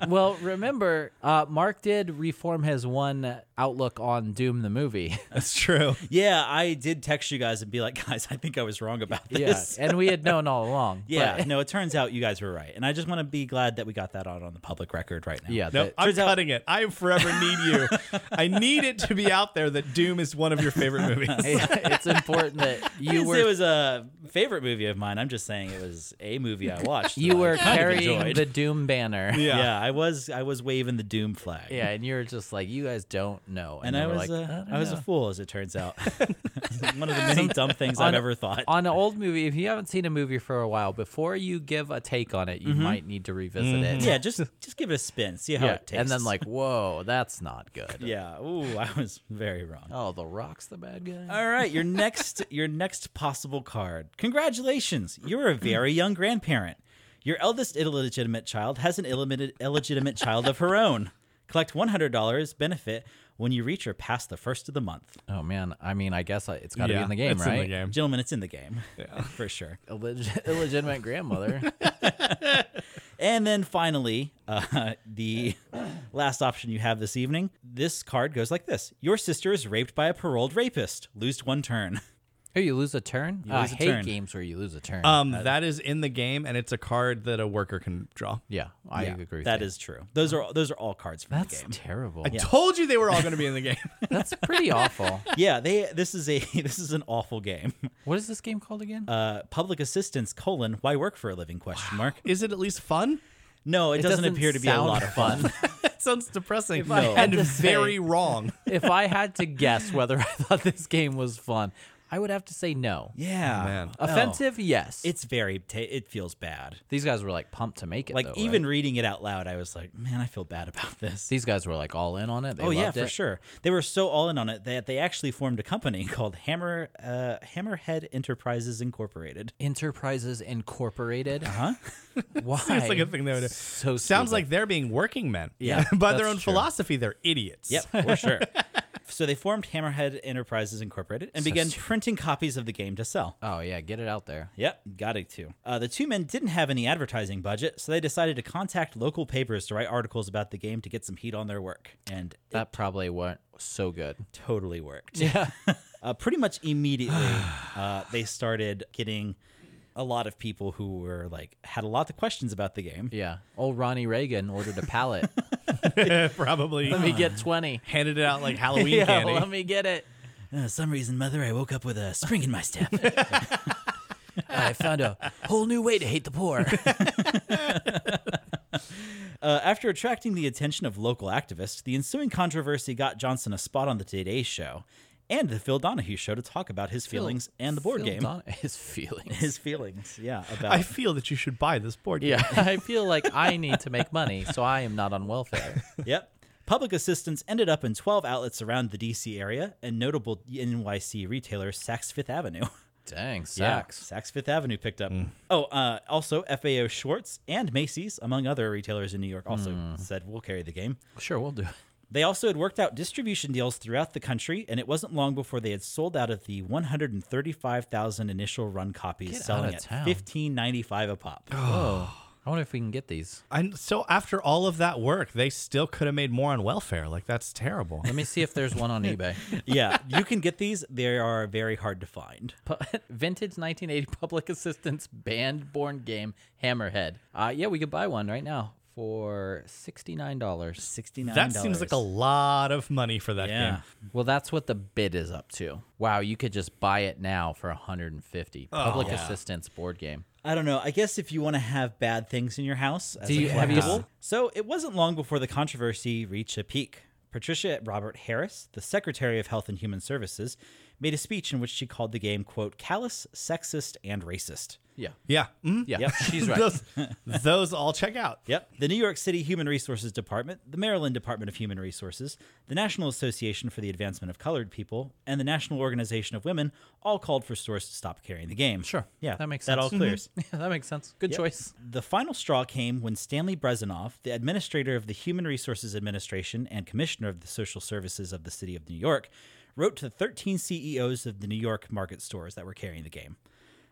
well. Remember, uh, Mark did reform his one outlook on Doom the movie.
that's true.
Yeah, I did text you guys and be like, guys, I think I was wrong about
yeah,
this.
and we had known all along.
Yeah,
but-
no, it turns out you guys were right. And I just want to be glad that we got that out on the public record right now.
yeah.
No,
that-
I'm
Turns out-
cutting it. I forever need you. I need it to be out there that Doom is one of your favorite movies.
it's important that
I
you
didn't
were
say it was a favorite movie of mine. I'm just saying it was a movie I watched.
you
that I
were
kind of
carrying
enjoyed.
the Doom banner.
Yeah. I was I was waving the doom flag.
Yeah, and you were just like, you guys don't know,
And
they
I
were
was uh,
like,
a,
don't
I, was a
know."
fool, as it turns out. One of the many dumb things I've
On-
ever thought.
on an old movie. If you haven't seen a movie for a while, before you give a take on it, you might need to revisit it.
Mm-hmm. yeah, just just give it a spin, see how
Yeah,
it tastes.
and then like, whoa, that's not good.
yeah, ooh, I was very wrong.
Oh, the rock's the bad guy.
All right, your next your next possible card. Congratulations, you're a very young grandparent. Your eldest illegitimate child has an illimit- illegitimate child of her own. Collect one hundred dollars benefit when you reach or past the first of the month.
Oh man, I mean, I guess I, it's got to
Yeah,
be in the game,
it's
right?
in the game.
Gentlemen, it's in the game for sure.
Illeg- illegitimate grandmother.
And then finally, uh, the last option you have this evening. This card goes like this: Your sister is raped by a paroled rapist. Lose one turn.
oh, you lose a turn. I
lose a
hate
turn. Uh,
games where you lose a turn.
Um, that is in the game, and it's a card that a worker can draw.
yeah, I
Yeah,
agree. With
that
you.
is true. Those are those are all cards from the
that's
game.
terrible.
Told you they were all going to be in the game.
That's pretty awful.
yeah, they. This is a this is an awful game.
What is this game called again?
Uh, public assistance colon why work for a living question mark.
Is it at least fun?
No, it, doesn't,
doesn't
appear to be a
sound
lot of fun.
That sounds depressing
I had
and
to say-
very wrong.
if I had to guess whether I thought this game was fun, I would have to say no.
yeah,
Man.
No.
Oh. Offensive, yes.
It's very. ta it feels bad.
These guys were like pumped to make it.
Like
though,
even
right?
reading it out loud, I was like, man, I feel bad about this.
these guys were like all in on it. They
Oh yeah,
loved
for
it.
sure. They were so all in on it that they actually formed a company called Hammer uh, Hammerhead Enterprises Incorporated.
Enterprises Incorporated.
Huh?
Why?
Seems like a thing they would do.
So
Sounds
stupid.
like they're being working men.
Yeah,
By their
that's
own
true.
philosophy, they're idiots.
Yep, for sure. So they formed Hammerhead Enterprises Incorporated and began printing copies of the game to sell.
Oh yeah, get it out there.
Yep, got it too. Uh, the two men didn't have any advertising budget, so they decided to contact local papers to write articles about the game to get some heat on their work. And it
That probably weren't so good.
totally worked.
Yeah.
Uh, pretty much immediately, uh, they started getting a lot of people who were like, had a lot of questions about the game.
Yeah. Old Ronnie Reagan ordered a pallet.
Probably
let me get twenty.
handed it out like Halloween
yeah,
candy.
let me get it.
Uh, some reason, mother, I woke up with a spring in my step.
I found a whole new way to hate the poor.
Uh, after attracting the attention of local activists, the ensuing controversy got Johnson a spot on the Today Show and the Phil Donahue Show to talk about his feelings and the board
Phil
game.
Don- his feelings.
his feelings, yeah, about
I feel that you should buy this board. game.
Yeah, I feel like I need to make money, so I am not on welfare.
yep. Public assistance ended up in 12 outlets around the DC area and notable NYC retailer Saks Fifth Avenue.
Dang,
Yeah,
sucks.
Saks Fifth Avenue picked
Mm.
up. Oh, uh, also FAO
Mm.
Schwartz and Macy's, among other retailers in New York, also said, We'll carry the game.
Sure, we'll do it.
They also had worked out distribution deals throughout the country, and it wasn't long before they had sold out of the 135,000 initial run copies,
Get
selling
outta
at
town.
15.95 a pop.
Oh, I wonder if we can get these.
And so after all of that work, they still could have made more on welfare. Like that's terrible.
Let me see if there's one on eBay.
yeah, you can get these. They are very hard to find.
Pu- Vintage 1980 Public Assistance Band Born Game Hammerhead. Uh, yeah, we could buy one right now for $69.
$69.
That seems like a lot of money for that
Yeah.
game.
Well, that's what the bid is up to. Wow, you could just buy it now for 150
Oh,
Public Assistance Board Game.
I don't know. I guess if you want to have bad things in your house, as
Do
a
you- have you s-
collectible. So it wasn't long before the controversy reached a peak. Patricia Robert Harris, the Secretary of Health and Human Services, made a speech in which she called the game "quote callous, sexist, and racist."
Yeah.
Yeah. Mhm.
Yeah,
Yep.
she's right.
Those, those all check out.
Yep. The New York City Human Resources Department, the Maryland Department of Human Resources, the National Association for the Advancement of Colored People, and the National Organization of Women all called for stores to stop carrying the game.
Sure.
Yeah.
That makes
That all
sense. Mm-hmm.
clears.
Yeah, that makes sense. Good choice.
The final straw came when Stanley Brezhinoff, the administrator of the Human Resources Administration and commissioner of the social services of the city of New York, wrote to the 13 CEOs of the New York market stores that were carrying the game.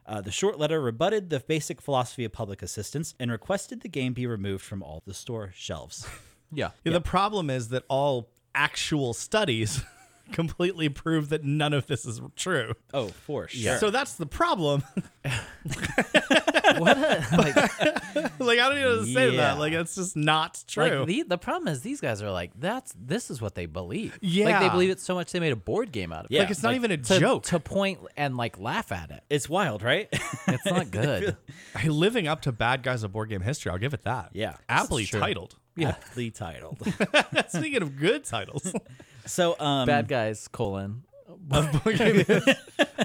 Uh, the short letter rebutted the basic philosophy of public assistance and requested the game be removed from all the store shelves.
Yeah.
Yeah, The problem is that all actual studies completely prove that none of this is true.
oh, for sure.
So that's the problem.
What a, like,
like I don't even say
Yeah.
that. Like it's just not true.
Like the, the problem is these guys are like that's this is what they believe. like they
Yeah.
believe it so much they made a board game out of it.
Yeah.
Like, it's not even a
to,
joke.
to point and like laugh at it.
it's wild, right?
It's not good.
Hey, living up to bad guys of board game history, I'll give it that.
Yeah.
aptly
It's true.
titled.
yeah. Aptly titled.
Speaking of good titles,
So, um,
Bad guys colon.
of board game,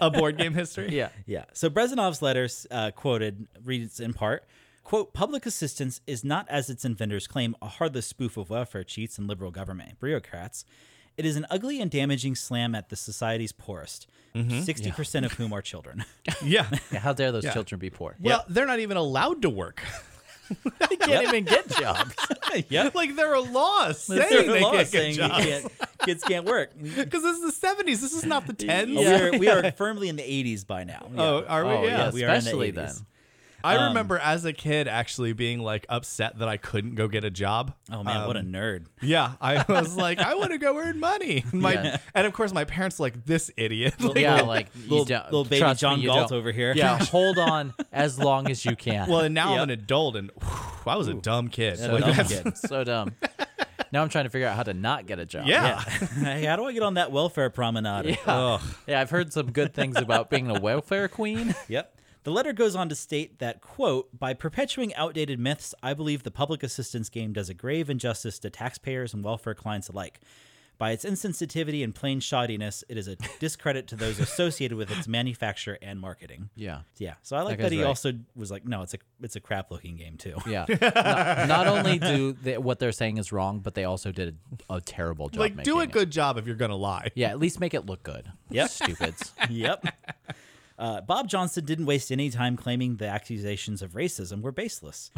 a board game history.
Yeah,
Yeah. So Brezhinov's letters uh, quoted reads in part, quote, public assistance is not, as its inventors claim, a heartless spoof of welfare cheats and liberal government bureaucrats. It is an ugly and damaging slam at the society's poorest,
Mm-hmm.
60% of whom are children.
Yeah.
Yeah, How dare those children be poor?
Well, they're not even allowed to work.
they can't even get jobs.
yep.
like there are laws saying
There are
they
laws
can't get
saying you
jobs.
can't, kids can't work.
Because this is the '70s. This is not the '10s.
We're, we are firmly in the 80s by now. Yeah.
Oh, are we?
Oh,
yeah.
yeah,
we are in the
especially
80s.
then.
Um,
I remember as a kid actually being like upset that I couldn't go get a job. Um,
oh man, what a nerd.
Yeah, I was like, I want to go earn money. And My,
Yeah.
And of course, my parents were like this idiot. Like,
yeah, like you
little-
don't-
little baby
trust me,
John
you
Galt
don't.
over here.
Yeah, hold on as long as you can.
Well, and now
Yep.
I'm an adult, and whew, I was a dumb kid.
So
Like,
dumb
that's-
kid.
so dumb. Now I'm trying to figure out how to not get a job.
Yeah.
Yeah. hey, how do I get on that welfare promenade?
Ugh.
yeah. I've heard some good things about being a welfare queen.
Yep. The letter goes on to state that, quote, by perpetuating outdated myths, I believe the public assistance game does a grave injustice to taxpayers and welfare clients alike. By its insensitivity and plain shoddiness, it is a discredit to those associated with its manufacture and marketing.
Yeah.
Yeah. So I like
That
that,
guy's
he
right.
also was like, no, it's a it's a crap looking game too.
Yeah. not, not only do they, what they're saying is wrong, but they also did a, a terrible job.
like do
making
a good job if you're gonna lie.
Yeah, at least make it look good.
Yep.
Stupids.
yep. Uh, Bob Johnson didn't waste any time claiming the accusations of racism were baseless.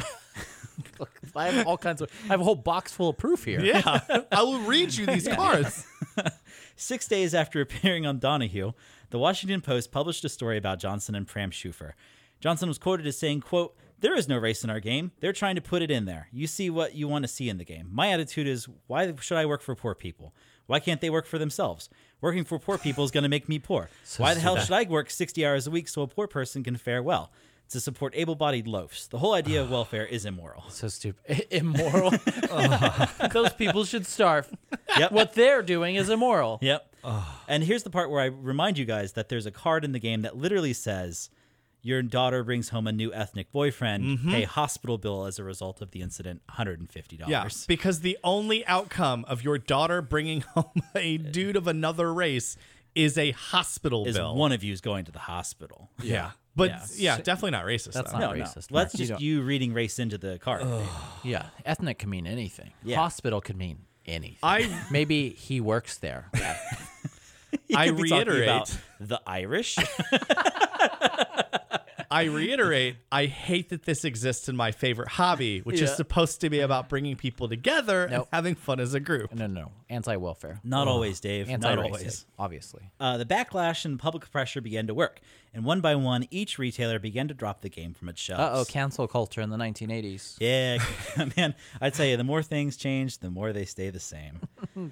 Look, I have all kinds of. I have a whole box full of proof here.
Yeah, I will read you these cards.
Six days after appearing on Donahue, the Washington Post published a story about Johnson and Pram Schufer. Johnson was quoted as saying, quote, there is no race in our game. They're trying to put it in there. You see what you want to see in the game. My attitude is, why should I work for poor people? Why can't they work for themselves? Working for poor people is going to make me poor. why the hell should I work 60 hours a week so a poor person can fare well? To support able bodied loafs. The whole idea of welfare is immoral.
So stupid. Immoral. Those people should starve.
Yep.
What they're doing is immoral.
Yep.
Ah.
And here's the part where I remind you guys that there's a card in the game that literally says, "Your daughter brings home a new ethnic boyfriend.
Mm-hmm.
Pay hospital bill as a result of the incident. $150."
Yeah, because the only outcome of your daughter bringing home a dude of another race is a hospital
Is
bill.
one of you is going to the hospital?
yeah, but
Yeah.
yeah, definitely not racist.
That's
though.
not
No, no.
racist, Mark.
Let's
You
just
don't-
you reading race into the card.
Yeah. Ethnic can mean anything.
Yeah.
Hospital could mean anything.
I
Maybe he works there.
You
I
could be talking about
reiterate.
the Irish.
I reiterate, I hate that this exists in my favorite hobby, which is
Yeah.
supposed to be about bringing people together and
Nope.
having fun as a group.
No, no, no. Anti welfare.
Not always, Dave.
Anti
Not always.
Obviously.
Uh, the backlash and public pressure began to work, and one by one, each retailer began to drop the game from its
Uh
shelves.
oh, cancel culture in the 1980s.
Yeah, man, I tell you, the more things change, the more they stay the same.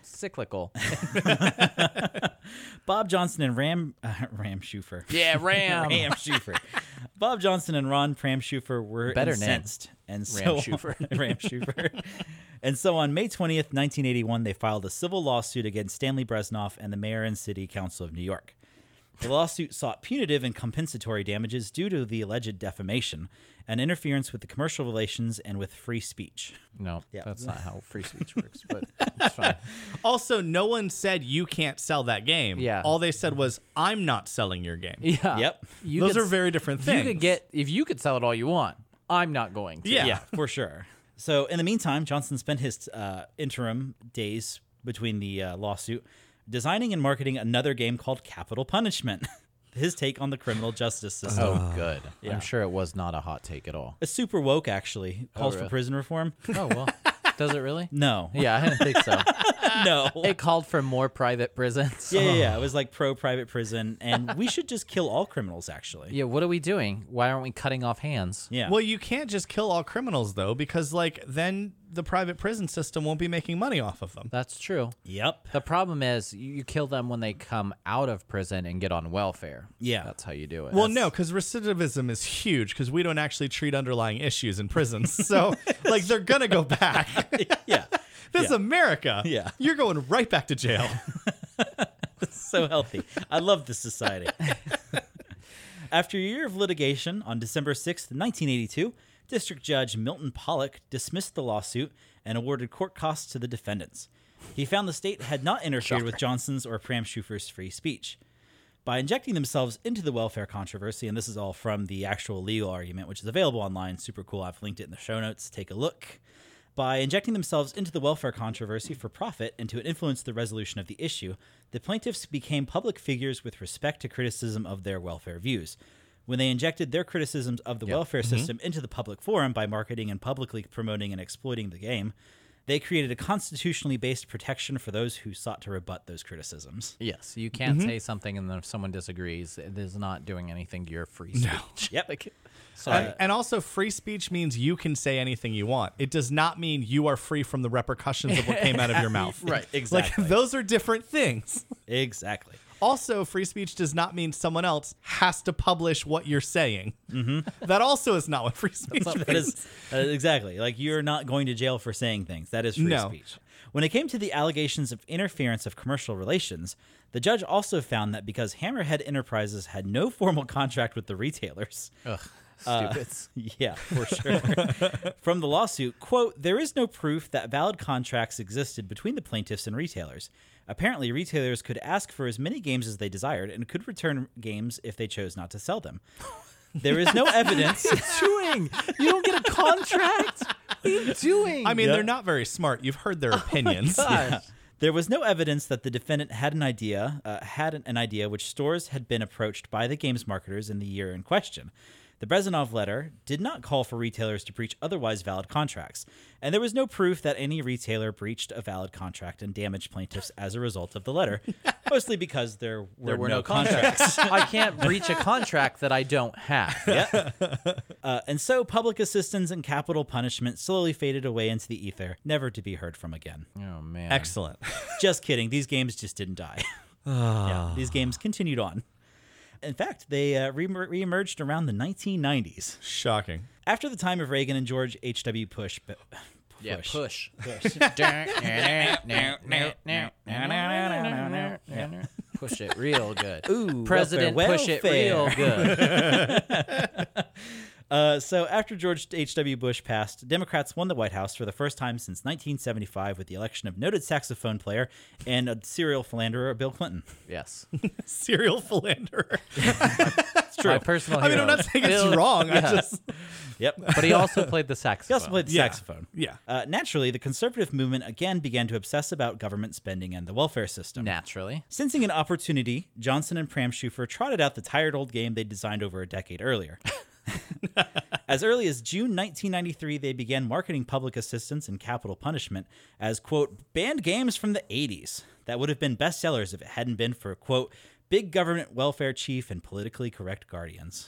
Cyclical.
Bob Johnson and Ram uh, Ram Schufer.
yeah, Ram.
Ram Schufer. Bob Johnson and Ron Pram Schufer were
Better name.
incensed. And so
Schufer.
Ram Schufer. And so on May 20th, 1981, they filed a civil lawsuit against Stanley Bresnoff and the mayor and city council of New York. The lawsuit sought punitive and compensatory damages due to the alleged defamation and interference with the commercial relations and with free speech.
No,
Yeah.
that's not how free speech works, but it's fine.
Also, no one said you can't sell that game.
Yeah.
All they said was, I'm not selling your game.
Yeah.
Yep.
You
Those
could
are
s-
very different
You
things.
could get if you could sell it all you want. I'm not going to.
Yeah.
yeah, for sure. So in the meantime, Johnson spent his uh, interim days between the uh, lawsuit designing and marketing another game called Capital Punishment. his take on the criminal justice system.
Oh, good.
Ah, Yeah.
I'm sure it was not a hot take at all.
It's super woke, actually. Calls
Oh, really?
for prison reform.
Oh well. Does it really?
No,
Yeah, I didn't think so.
no.
It called for more private prisons.
yeah, yeah, yeah. It was like pro private prison, and we should just kill all criminals. Actually,
Yeah, what are we doing? Why aren't we cutting off hands?
yeah.
Well, you can't just kill all criminals, though, because, like, then the private prison system won't be making money off of them.
That's true.
yep.
The problem is you you kill them when they come out of prison and get on welfare.
Yeah.
That's how you do it.
Well, no, because recidivism is huge because we don't actually treat underlying issues in prisons. So, like, they're going to go back.
Yeah.
This is
Yeah.
America.
Yeah.
You're going right back to jail.
so healthy. I love this society. After a year of litigation, on December 6th, 1982, District Judge Milton Pollock dismissed the lawsuit and awarded court costs to the defendants. He found the state had not interfered with Johnson's or Pram Schufer's free speech. By injecting themselves into the welfare controversy, and this is all from the actual legal argument, which is available online, super cool. I've linked it in the show notes. Take a look. By injecting themselves into the welfare controversy for profit and to influence the resolution of the issue, the plaintiffs became public figures with respect to criticism of their welfare views. When they injected their criticisms of the welfare system into the public forum by marketing and publicly promoting and exploiting the game, they created a constitutionally based protection for those who sought to rebut those criticisms.
Yes, you can't
Mm-hmm.
say something and then if someone disagrees, it is not doing anything to your free speech.
Yep.
Sorry.
and also, free speech means you can say anything you want. It does not mean you are free from the repercussions of what came out of your mouth.
Right,
Like,
exactly.
those are different things.
Exactly.
Also, free speech does not mean someone else has to publish what you're saying. Mm-hmm. That also is not what free speech means.
that is uh, exactly like you're not going to jail for saying things. That is free
No.
speech. When it came to the allegations of interference of commercial relations, the judge also found that because Hammerhead Enterprises had no formal contract with the retailers,
Uh,
Ugh, stupids.
yeah, for sure. From the lawsuit, quote, there is no proof that valid contracts existed between the plaintiffs and retailers. Apparently, retailers could ask for as many games as they desired and could return games if they chose not to sell them. There is no evidence
doing? You don't get a contract. What are you doing?
I mean,
Yep.
they're not very smart. You've heard their
Oh
opinions.
There was no evidence that the defendant had an idea, uh, had an, an idea which stores had been approached by the game's marketers in the year in question. The Brezhnev letter did not call for retailers to breach otherwise valid contracts, and there was no proof that any retailer breached a valid contract and damaged plaintiffs as a result of the letter, mostly because there were,
there were
no,
no
contracts.
contracts. I can't breach a contract that I don't have.
Uh, and so public assistance and capital punishment slowly faded away into the ether, never to be heard from again.
Oh man.
Excellent.
just kidding. These games just didn't die.
Ah.
yeah, these games continued on. In fact, they uh, re- reemerged around the 1990s.
Shocking.
After the time of Reagan and George H.W. Bush. But,
yeah. Push. push it real good.
Ooh,
President,
welfare,
push it
welfare.
real good.
Uh, so after George H.W. Bush passed, Democrats won the White House for the first time since 1975 with the election of noted saxophone player and a serial philanderer, Bill Clinton.
Yes.
Serial philanderer.
It's true. My personal
I mean, I'm
hero.
not saying it's
Bill-
wrong. I
Yeah.
just,
Yep.
But he also played the saxophone.
He also played the
Yeah.
saxophone.
yeah.
Uh, naturally, the conservative movement again began to obsess about government spending and the welfare system.
naturally.
Sensing an opportunity, Johnson and Pram Schufer trotted out the tired old game they designed over a decade earlier. as early as June 1993, they began marketing public assistance and capital punishment as, quote, banned games from the 80s that would have been bestsellers if it hadn't been for, quote, big government welfare chief and politically correct guardians.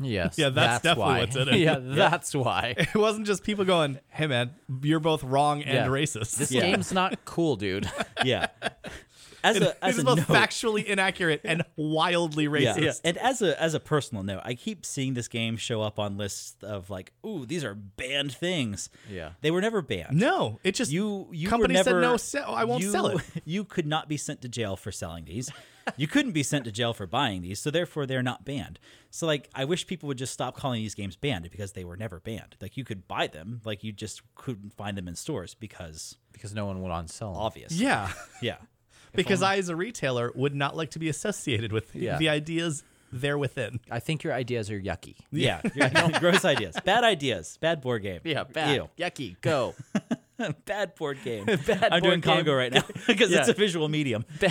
Yes.
Yeah, that's definitely
why.
what's in it.
yeah, that's why.
It wasn't just people going, "Hey man, you're both wrong and
Yeah.
racist."
This
Yeah.
game's not cool, dude.
Yeah. As a,
This
as
is
a
both
note,
factually inaccurate and wildly
yeah.
racist.
And as a as a personal note, I keep seeing this game show up on lists of like, ooh, these are banned things.
Yeah.
They were never banned.
No, it just
You you
company
were never,
said no. Sell, I won't
you-
sell it.
You could not be sent to jail for selling these. you couldn't be sent to jail for buying these, so therefore they're not banned. So like I wish people would just stop calling these games banned because they were never banned. Like you could buy them, like you just couldn't find them in stores because
Because no one would on sell. 'em.
obvious.
Yeah,
Yeah.
because I, as a retailer, would not like to be associated with
Yeah.
the ideas there within.
I think your ideas are yucky.
Yeah. You're- gross ideas. Bad ideas. Bad board game. Ew.
yucky. Go.
Bad board game.
Bad
I'm doing
board game.
Congo right now because it's a
Yeah.
visual medium.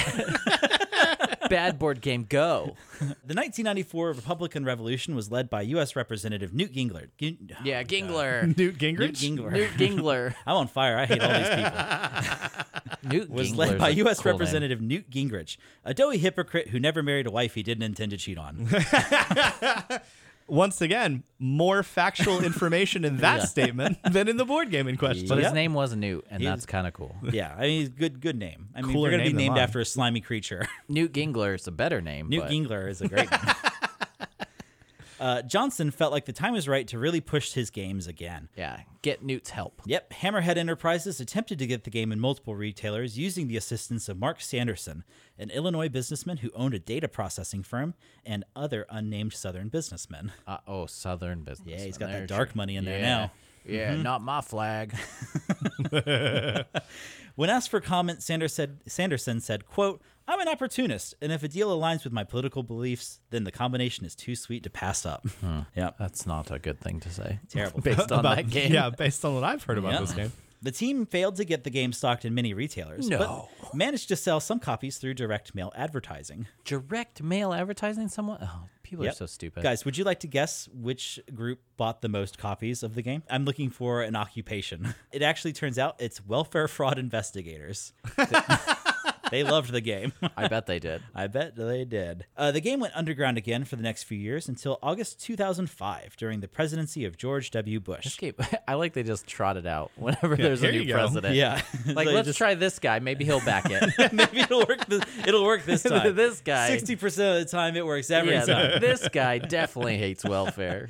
Bad board game. Go.
The 1994 Republican Revolution was led by U.S. Representative Newt Gingrich. Gin-
Yeah, Gingler.
Newt Gingrich.
Newt Gingrich.
Newt Gingler.
I'm on fire. I hate all these people.
Newt
Was
Gingler's
led by
a
U.S.
cool name.
Representative Newt Gingrich, a doughy hypocrite who never married a wife he didn't intend to cheat on.
Once again, more factual information in that statement than in the board game in question.
But
Yep.
his name was Newt, and
He's-
that's kind of cool.
yeah, I mean, good, good name. I mean,
Cooler
we're gonna be
name than
named
mine.
after a slimy creature.
Newt Gingler is a better name.
Newt
but
Gingler is a great name. Uh, Johnson felt like the time was right to really push his games again.
Yeah, get Newt's help.
Yep, Hammerhead Enterprises attempted to get the game in multiple retailers using the assistance of Mark Sanderson, an Illinois businessman who owned a data processing firm, and other unnamed Southern businessmen.
Uh oh, Southern business.
Yeah, he's got that
There's
dark
your-
money in there
Yeah.
now. Mm-hmm.
Yeah, not my flag.
When asked for comment, Sanders said, Sanderson said, quote, I'm an opportunist, and if a deal aligns with my political beliefs, then the combination is too sweet to pass up.
Hmm.
Yeah,
That's not a good thing to say.
terrible.
Based on
About-
that game.
Yeah, based on what I've heard about
Yeah.
this game.
The team failed to get the game stocked in many retailers,
No.
but managed to sell some copies through direct mail advertising.
Direct mail advertising someone? Oh, people are
Yep.
so stupid.
Guys, would you like to guess which group bought the most copies of the game? I'm looking for an occupation. It actually turns out it's welfare fraud investigators. they loved the game.
I bet they did.
I bet they did. Uh, the game went underground again for the next few years until August 2005 during the presidency of George W.
This
Bush.
game- I like they just trot it out whenever there's a
here
new
you go.
president.
Yeah,
Like,
So you
let's
just-
try this guy. Maybe he'll back it.
maybe it'll work. This, it'll work this time.
This guy.
sixty percent of the time, it works every
yeah,
time.
this guy definitely hates welfare.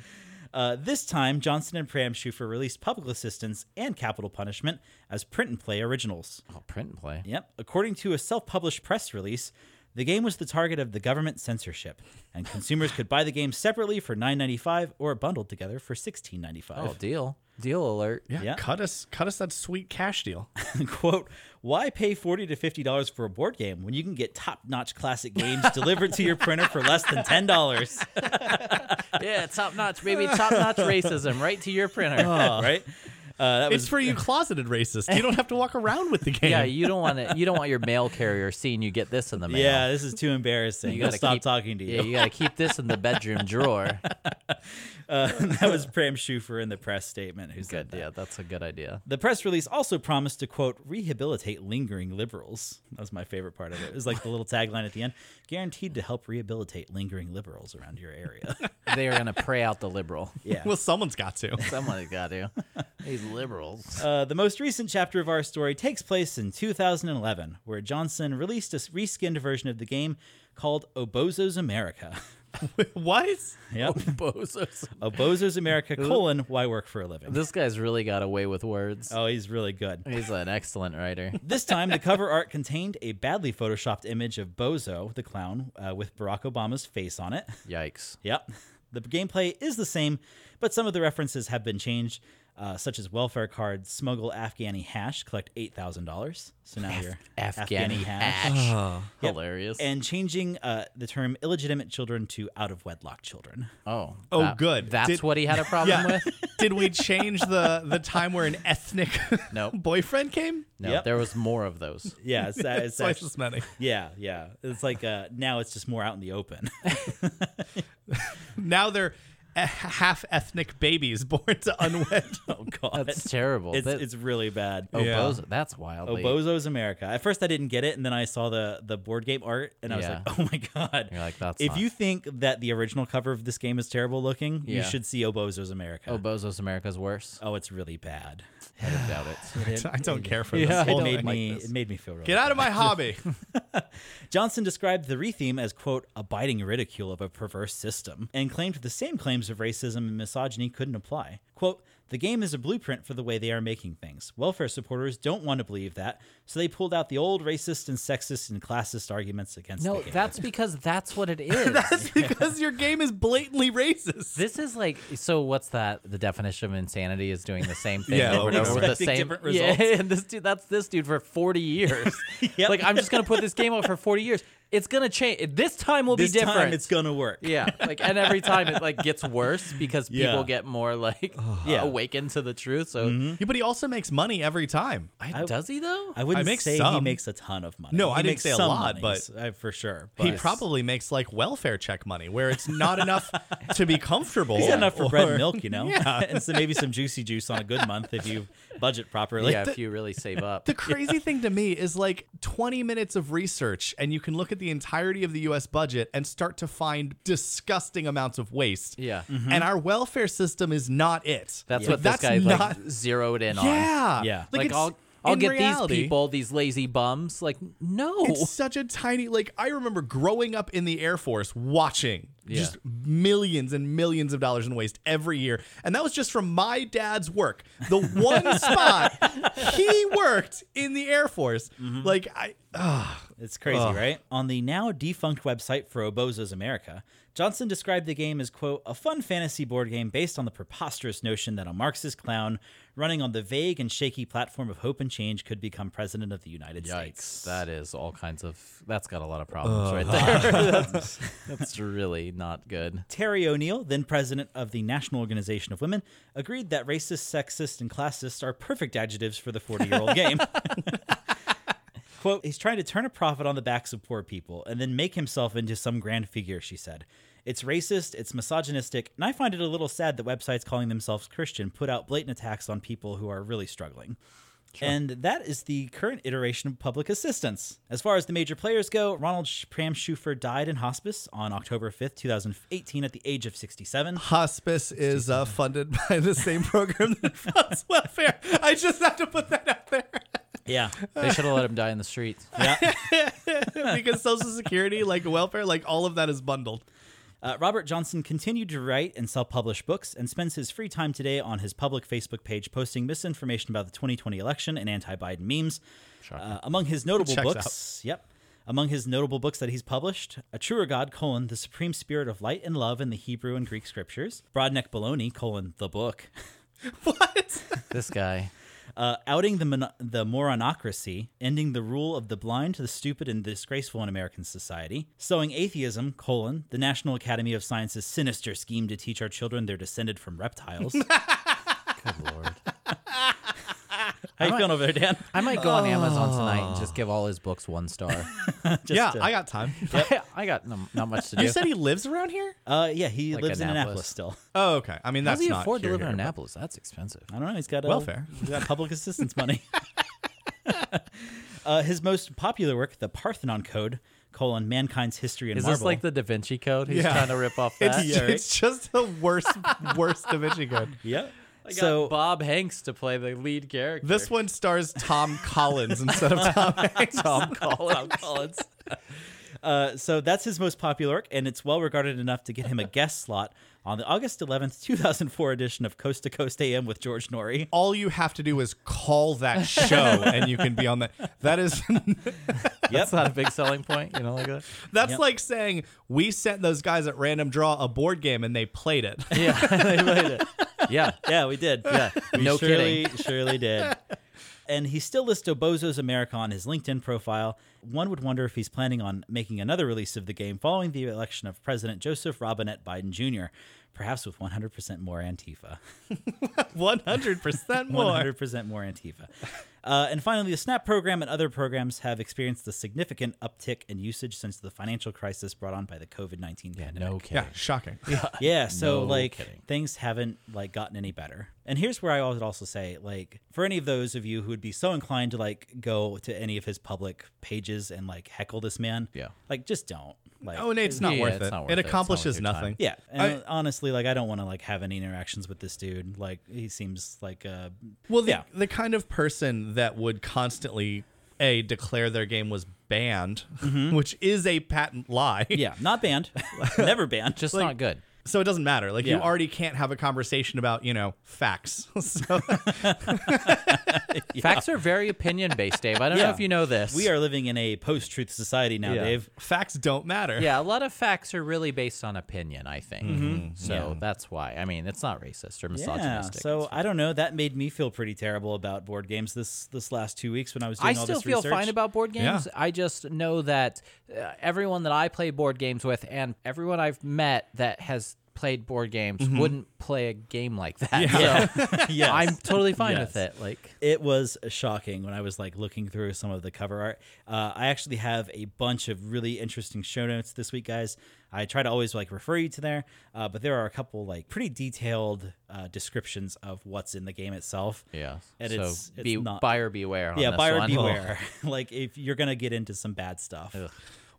Uh, this time, Johnson and Pram Schufer released Public Assistance and Capital Punishment as print and play originals.
Oh, print and play.
Yep. According to a self published press release, the game was the target of the government censorship, and consumers could buy the game separately for $9.95 or bundled together for $16.95.
Oh, deal. Deal alert.
Yeah,
Yeah.
cut us, cut us that sweet cash deal.
Quote, why pay 40 to $50 for a board game when you can get top notch classic games delivered to your printer for less than $10?
Yeah, top notch, baby. Top notch racism right to your
Oh.
printer.
right? Uh, that
It's
was
for you closeted racists. You don't have to walk around with the game.
Yeah, you don't want to. You don't want your mail carrier seeing you get this in the mail.
yeah, this is too embarrassing.
You
We'll
gotta
stop
keep-
talking to you.
Yeah, you gotta keep this in the bedroom drawer.
that was Pram Schufer in the press statement who said
Good.
that.
Yeah, that's a good idea.
The press release also promised to quote rehabilitate lingering liberals. That was my favorite part of it. It was like the little tagline at the end, guaranteed to help rehabilitate lingering liberals around your area.
They are gonna pray out the liberal.
Yeah.
Well, someone's got to.
Someone's got to. These liberals.
Uh, the most recent chapter of our story takes place in 2011, where Johnson released a s- reskinned version of the game called Obozo's America.
what?
Yep.
Bozos.
Obozo's America, colon, why work for a living.
This guy's really got away with words.
Oh, he's really good.
He's an excellent writer.
This time, the cover art contained a badly photoshopped image of Bozo, the clown, uh, with Barack Obama's face on it.
Yikes.
Yep. The gameplay is the same, but some of the references have been changed, uh, such as welfare card, smuggle Afghani hash, collect $8,000. So now you're
Afghani hash.
Yep.
Hilarious.
And changing uh, the term illegitimate children to out of wedlock children.
oh.
Oh, good.
That's
Did-
what he had a problem
Yeah.
with.
Did we change the the time where an ethnic
Nope.
boyfriend came?
No,
Yep.
there was more of those.
Yeah, it's, uh, it's
Twice
actually-
as many.
yeah, yeah. It's like uh, now it's just more out in the open.
Now they're half ethnic babies born to unwed.
Oh god,
That's terrible.
It's,
That-
it's really bad.
Oh,
Yeah.
Bozo. That's wildly.
Obozo's America. At first, I didn't get it, and then I saw the the board game art, and I was
Yeah.
like, "Oh my god!"
You're like, that's
if
not-
you think that the original cover of this game is terrible looking,
Yeah.
you should see Obozo's America.
Oh, Bozo's America's worse.
oh, it's really bad.
I don't doubt it.
I don't care for
Yeah, I
this. whole
It
don't
made
thing.
me
Like this.
it made me feel really
Get out of
bad.
my hobby.
Johnson described the retheme as quote abiding ridicule of a perverse system and claimed the same claims of racism and misogyny couldn't apply. Quote the game is a blueprint for the way they are making things. Welfare supporters don't want to believe that, so they pulled out the old racist and sexist and classist arguments against
No,
the game.
that's because that's what it is.
That's because your game is blatantly racist.
This is like so. What's that? The definition of insanity is doing the same thing
Yeah,
over and over with the
expecting
same
different
Yeah,
results.
and this dude, that's this dude for forty years.
Yep.
Like I'm just gonna put this game out for forty years. It's gonna change. This time will
this
be different.
time it's gonna work.
yeah, like and every time it like gets worse because people
Yeah.
get more like
Yeah.
awakened to the truth. So
Yeah, but he also makes money every time.
I- does he though?
I wouldn't
I make
say he
some.
makes a ton of money.
No, I
he
didn't
makes
say a
some
lot,
monies,
but-
uh, for sure.
He
but-
probably makes like welfare check money, where it's not enough to be comfortable.
He's got enough for bread and
or-
milk, you know,
Yeah.
and so maybe some juicy juice on a good month if you budget properly.
yeah, if you really save up.
The crazy thing to me is like 20 minutes of research, and you can look at the entirety of the US budget and start to find disgusting amounts of waste.
Yeah.
And our welfare system is not it.
That's
Like,
what this guy
not-
like zeroed in on.
yeah.
Yeah.
like,
it's-
I'll I'll
in
get
reality,
these people, these lazy bums. Like no,
It's such a tiny like I remember growing up in the Air Force watching just millions and millions of dollars in waste every year. And that was just from my dad's work. The one spot he worked in the Air Force. Like I ah,
It's crazy, right? On the now defunct website for Obozo's America, Johnson described the game as, quote, a fun fantasy board game based on the preposterous notion that a Marxist clown running on the vague and shaky platform of hope and change could become president of the United
Yikes.
States.
That is all kinds of. That's got a lot of problems right there. that's, that's really not good.
Terry O'Neill, then president of the National Organization of Women, agreed that racist, sexist, and classist are perfect adjectives for the 40 year old game. Quote, he's trying to turn a profit on the backs of poor people and then make himself into some grand figure, she said. It's racist, it's misogynistic, and I find it a little sad that websites calling themselves Christian put out blatant attacks on people who are really struggling. And that is the current iteration of public assistance. As far as the major players go, Ronald Sh- Pram Schufer died in hospice on October 5th, 2018, at the age of 67.
hospice is uh, funded by the same program that funds welfare. I just have to put that out there.
Yeah.
They should have let him die in the streets.
Yeah.
because social security, like welfare, like all of that is bundled.
Uh, Robert Johnson continued to write and self publish books and spends his free time today on his public Facebook page posting misinformation about the 2020 election and anti Biden memes. Uh, among his notable
Checks
books, yep. Among his notable books that he's published, A Truer God, colon, The Supreme Spirit of Light and Love in the Hebrew and Greek Scriptures, Broadneck Baloney, colon, The Book,
What?
This guy.
uh, Outing the, Mon- the Moronocracy, Ending the Rule of the Blind, the Stupid, and the Disgraceful in American Society, Sowing Atheism, colon, The National Academy of Sciences' Sinister Scheme to Teach Our Children They're Descended from Reptiles.
Good lord.
How you feeling over there, Dan?
I might go on Amazon tonight and just give all his books one star.
yeah,
uh,
I got time.
I got no, not much to do.
You said he lives around here?
Uh, yeah, he lives in Annapolis
Annapolis.
still.
Oh, okay. I mean,
How
that's
does he
not
afford to
here,
live in
here, but-
Annapolis? That's expensive.
I don't know. He's got uh,
Welfare.
He's got public assistance money. uh, his most popular work, The Parthenon Code: colon Mankind's History and
Is
Marvel.
this like the Da Vinci Code? He's
Yeah.
trying to rip off that.
It's, it's just the worst, worst Da Vinci Code.
yeah?
I got
So
Bob Hanks to play the lead character.
This one stars Tom Collins instead of Tom Hanks.
Tom Collins. Tom Collins.
uh, so that's his most popular work, and it's well regarded enough to get him a guest slot on the August 11th, 2004 edition of Coast to Coast AM with George Norrie.
All you have to do is call that show, and you can be on that. That is,
That's not a big selling point, you know, like that.
that's
Yep.
like saying we sent those guys at random draw a board game and they played it.
Yeah, they played it. Yeah,
Yeah, we did.
yeah.
We
no
surely,
kidding.
surely did. And he still lists Obozo's America on his LinkedIn profile. One would wonder if he's planning on making another release of the game following the election of President Joseph Robinette Biden Jr., perhaps with 100% more Antifa.
One hundred percent more.
100% more Antifa. Uh, and finally, the SNAP program and other programs have experienced a significant uptick in usage since the financial crisis brought on by the COVID nineteen pandemic.
No
Yeah,
kidding.
shocking.
Yeah, so
No
like
kidding.
things haven't like gotten any better. And here's where I would also say like for any of those of you who would be so inclined to like go to any of his public pages and like heckle this man,
Yeah.
like just don't. Like
Oh, and it's not
Yeah,
worth
it's
it.
not worth
it
it. It's not
accomplishes
worth your time.
nothing.
yeah, and
I-
honestly, like I don't want to like have any interactions with this dude. Like he seems like uh
Well, the,
Yeah.
the kind of person that would constantly a declare their game was banned,
Mm-hmm.
which is a patent lie.
yeah, not banned, never banned.
Just not good.
So it doesn't matter. Like you
Yeah.
already can't have a conversation about you know facts. so
Facts are very opinion based, Dave. I don't know
Yeah.
if you know this.
we are living in a post-truth society now, Dave.
facts don't matter.
Yeah, a lot of facts are really based on opinion, I think. So that's why. I mean, it's not racist
Mm-hmm.
or
Yeah,
misogynistic.
so I don't know. That made me feel pretty terrible about board games this this last two weeks when I was doing
I
all
still
this
feel
research.
fine about board
Yeah.
games. I just know that uh, everyone that I play board games with and everyone I've met that has played board games
Mm-hmm.
wouldn't play a game like that. So
Yes.
I'm totally fine with
Yes.
it. Like,
it was shocking when I was like looking through some of the cover art. Uh, I actually have a bunch of really interesting show notes this week, guys. I try to always like refer you to there, uh, but there are a couple like pretty detailed uh, descriptions of what's in the game itself.
yeah.
And
so
it's- it's
be,
not-
buyer beware. On
yeah,
this
buyer
one.
beware. like if you're gonna get into some bad stuff.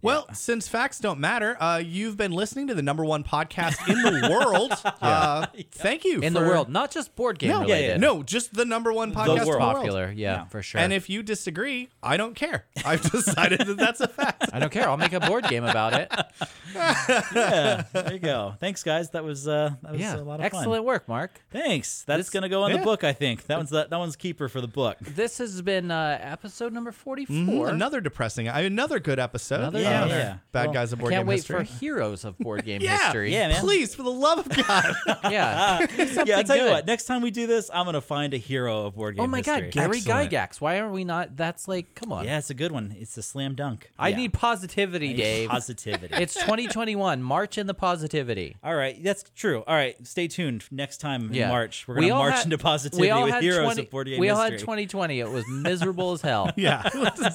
Well, since facts don't matter, uh, you've been listening to the number one podcast in the world. uh, Thank you
In
for,
the world, not just board game
No,
yeah,
related.
no, just the number one podcast in the
world.
world.
popular. Yeah,
Yeah.
for sure.
And if you disagree, I don't care. I've decided that that's a fact.
I don't care. I'll make a board game about it.
there you go. Thanks, guys. That was uh, that was a
Yeah,
lot of
excellent
fun.
work, Mark.
Thanks. That's gonna go on
yeah.
the book, I think. That one's that, that one's keeper for the book.
This has been uh, episode number 44
Mm,
Another depressing, uh, another good episode.
Another
Yeah,
of
yeah.
Bad
Well,
guys
I
of board
can't
game
wait
history.
for heroes of board game
yeah,
history.
Yeah, man.
please, for the love of God.
yeah.
yeah, I'll tell you
good.
what. Next time we do this, I'm gonna find a hero of board game.
Oh my
history.
God, Gary
Excellent.
Gygax. Why are we not? That's like, come on.
Yeah, it's a good one. It's a slam dunk.
I
Yeah.
need positivity, Dave.
positivity.
it's 2021. March in the positivity.
all right, that's true. All right, stay tuned. Next time
Yeah.
in March, we're
We
gonna
all
march
had-
into
we
positivity
all
with
had
heroes
20
of board game
We all
history.
had 2020. It was miserable as hell.
yeah.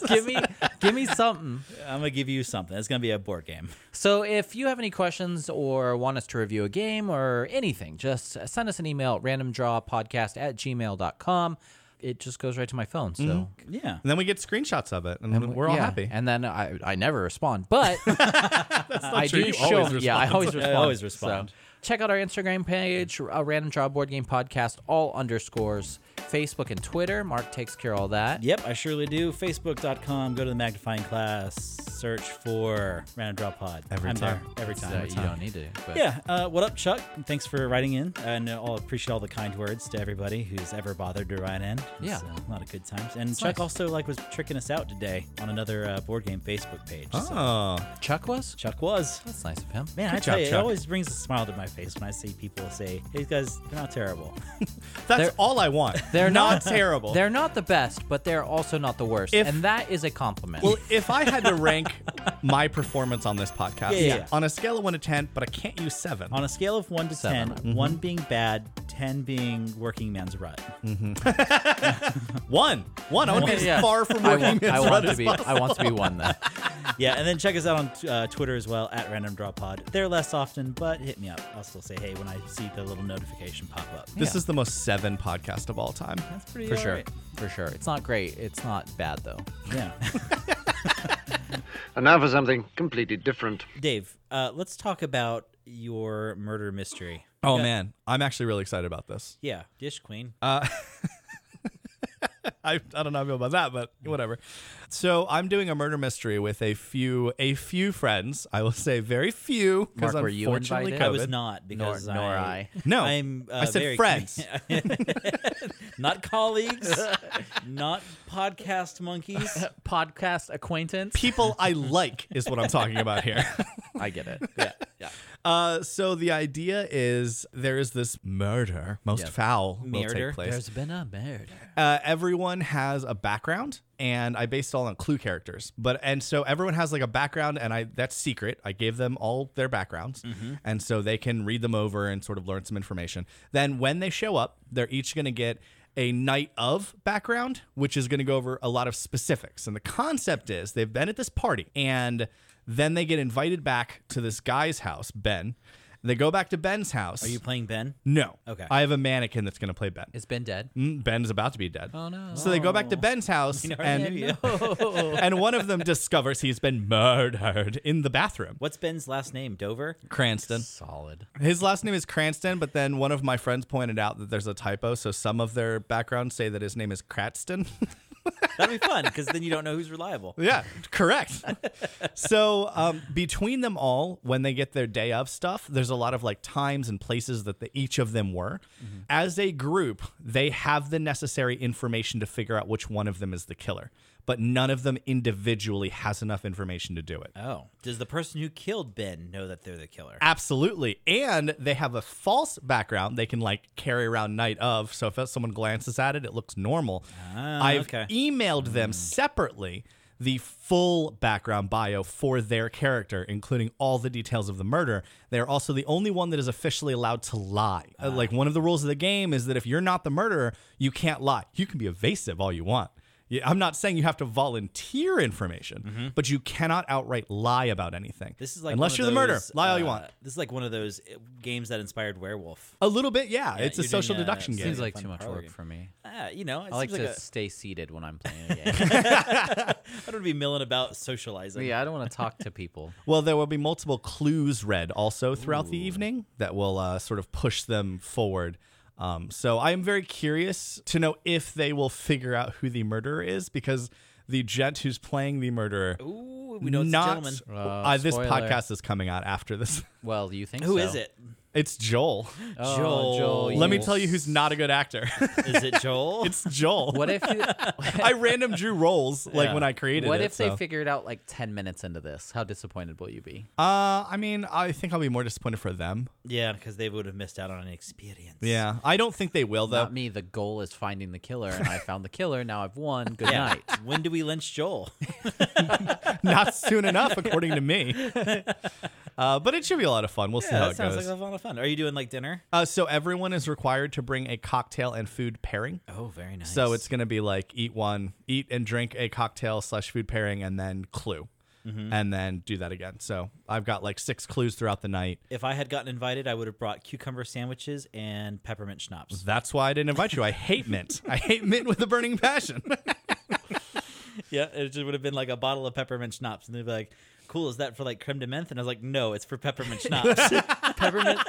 give me, give me something.
I'm gonna give you something. It's gonna be a board game.
So if you have any questions or want us to review a game or anything, just send us an email at randomdrawpodcast at gmail.com. It just goes right to my phone. So
Yeah.
And then we get screenshots of it, and, Mm-hmm. we're all
Yeah,
happy.
And then I, I never respond, but I
true.
do
You
show.
always
Yeah, I
respond.
always
I
respond.
always
So,
respond.
check out our Instagram page, a Random Draw Board Game Podcast, all underscores, Facebook and Twitter. Mark takes care of all that.
Yep, I surely do. Facebook.com. Go to the magnifying glass. Search for Random Drop Pod.
Every
I'm
time.
There. Every
So
time. every
you
time.
don't need to. But.
Yeah. Uh, what up, Chuck? Thanks for writing in. And uh, I'll appreciate all the kind words to everybody who's ever bothered to write in. It's,
Yeah.
uh, a lot of good times. And Chuck
nice.
also like was tricking us out today on another uh, board game Facebook page. So
Oh,
Chuck was?
Chuck was.
That's nice of him.
Man, I
Good
tell
job,
you, it
Chuck.
always brings a smile to my face when I see people say, "Hey guys, they're not terrible."
that's
They're-
all I want.
They're
not,
not-
terrible.
They're not the best, but they're also not the worst.
If-
and that is a compliment.
well, if I had to rank my performance on this podcast
Yeah, yeah, yeah.
on a scale of one to ten, but I can't use seven.
on a scale of one to
Seven.
Mm-hmm.
10 one being bad, ten being working man's rut.
One, one. I want to be
Yeah.
as far from
I
working
want,
as
I
run
want to
as
be
possible.
I want to be one then.
yeah, and then check us out on uh, Twitter as well at Random Draw Pod. They're less often, but hit me up. I'll still say hey when I see the little notification pop up.
This
Yeah.
is the most seven podcast of all time.
That's pretty
For sure.
alright.
For sure. It's not great. It's not bad though.
Yeah,
And now for something completely different.
Dave, uh, let's talk about your murder mystery.
Oh man, I'm actually really excited about this.
Yeah, Dish Queen.
I, I don't know how I feel about that, but whatever. So I'm doing a murder mystery with a few a few friends. I will say very few because
Mark, were you
unfortunately
invited?
I
COVID.
was not because
Nor- nor
I,
I.
No,
I'm. Uh,
I said
very-
friends.
not colleagues, not podcast monkeys.
Podcast acquaintance.
People I like is what I'm talking about here.
I get it. Yeah. Yeah.
Uh, so the idea is there is this murder, most
Yeah.
foul, will
Murder.
take place.
been a murder.
uh, everyone has a background and i based it all on clue characters but and so everyone has like a background and i that's secret i gave them all their backgrounds
Mm-hmm.
and so they can read them over and sort of learn some information then when they show up they're each going to get a night of background, which is going to go over a lot of specifics. And the concept is they've been at this party and then they get invited back to this guy's house, Ben. They go back to Ben's house.
Are you playing Ben?
no.
Okay.
I have a mannequin that's going to play Ben.
Is Ben dead?
Mm, Ben is about to be dead.
Oh, no.
So they go back to Ben's house and
Yeah.
and one of them discovers he's been murdered in the bathroom.
What's Ben's last name? Dover?
Cranston.
Solid.
His last name is Cranston, but then one of my friends pointed out that there's a typo, so some of their backgrounds say that his name is Cratston.
That'd be fun because then you don't know who's reliable.
yeah, correct. so um, between them all, when they get their day of stuff, there's a lot of like times and places that the, each of them were. As a group, they have the necessary information to figure out which one of them is the killer, but none of them individually has enough information to do it.
Oh, does the person who killed Ben know that they're the killer?
Absolutely. And they have a false background they can like carry around night of. So if someone glances at it, it looks normal. I've
Ah, okay. Hmm.
emailed them separately the full background bio for their character, including all the details of the murder. They're also the only one that is officially allowed to lie. Uh, like
Ah.
one of the rules of the game is that if you're not the murderer, you can't lie. You can be evasive all you want. Yeah, I'm not saying you have to volunteer information, but you cannot outright lie about anything.
Mm-hmm. This is like
unless
one
you're
of
the murderer,
those,
lie all you
uh,
want.
This is like one of those uh, games that inspired Werewolf.
A little bit, yeah. it's
you're
a
doing
social
a-
deduction
Yeah,
Seems
game.
yeah,
like
fun
too much
parlor
work
game.
for me.
Ah, you know, it
I like
seems
to
like a-
stay seated when I'm playing a game.
I don't want to be milling about socializing.
yeah, I don't want to talk to people.
Well, there will be multiple clues read also throughout the evening that will uh, sort of push them forward. Um, so I am very curious to know if they will figure out who the murderer is because the gent who's playing the murderer.
Ooh, we know it's
not
a gentleman.
uh,
Oh,
this
spoiler.
podcast is coming out after this.
Well, you think
Who
so.
is it?
It's Joel.
Oh,
Joel.
Joel.
Let me
you-
tell you who's not a good actor.
Is it Joel?
it's Joel.
What if you?
I random drew roles like
Yeah.
when I created
What
it,
if they
so.
figured out like ten minutes into this? How disappointed will you be?
uh, I mean, I think I'll be more disappointed for them.
yeah, because they would have missed out on an experience.
Yeah, I don't think they will though.
Not me. The goal is finding the killer, and I found the killer. Now I've won. Good
Yeah.
night.
when do we lynch Joel?
not soon enough, according to me. Uh, but it should be a lot of fun. We'll see how
that
it
sounds
goes.
like a lot of fun. Are you doing like dinner?
uh, so everyone is required to bring a cocktail and food pairing.
Oh, very nice.
So it's going to be like eat one, eat and drink a cocktail slash food pairing, and then clue,
Mm-hmm.
and then do that again. So I've got like six clues throughout the night.
if I had gotten invited, I would have brought cucumber sandwiches and peppermint schnapps.
That's why I didn't invite you. I hate mint. I hate mint with a burning passion.
Yeah, it just would have been like a bottle of peppermint schnapps, and they'd be like, "Cool, is that for like creme de menthe?" And I was like, "No, it's for peppermint schnapps."
Peppermint.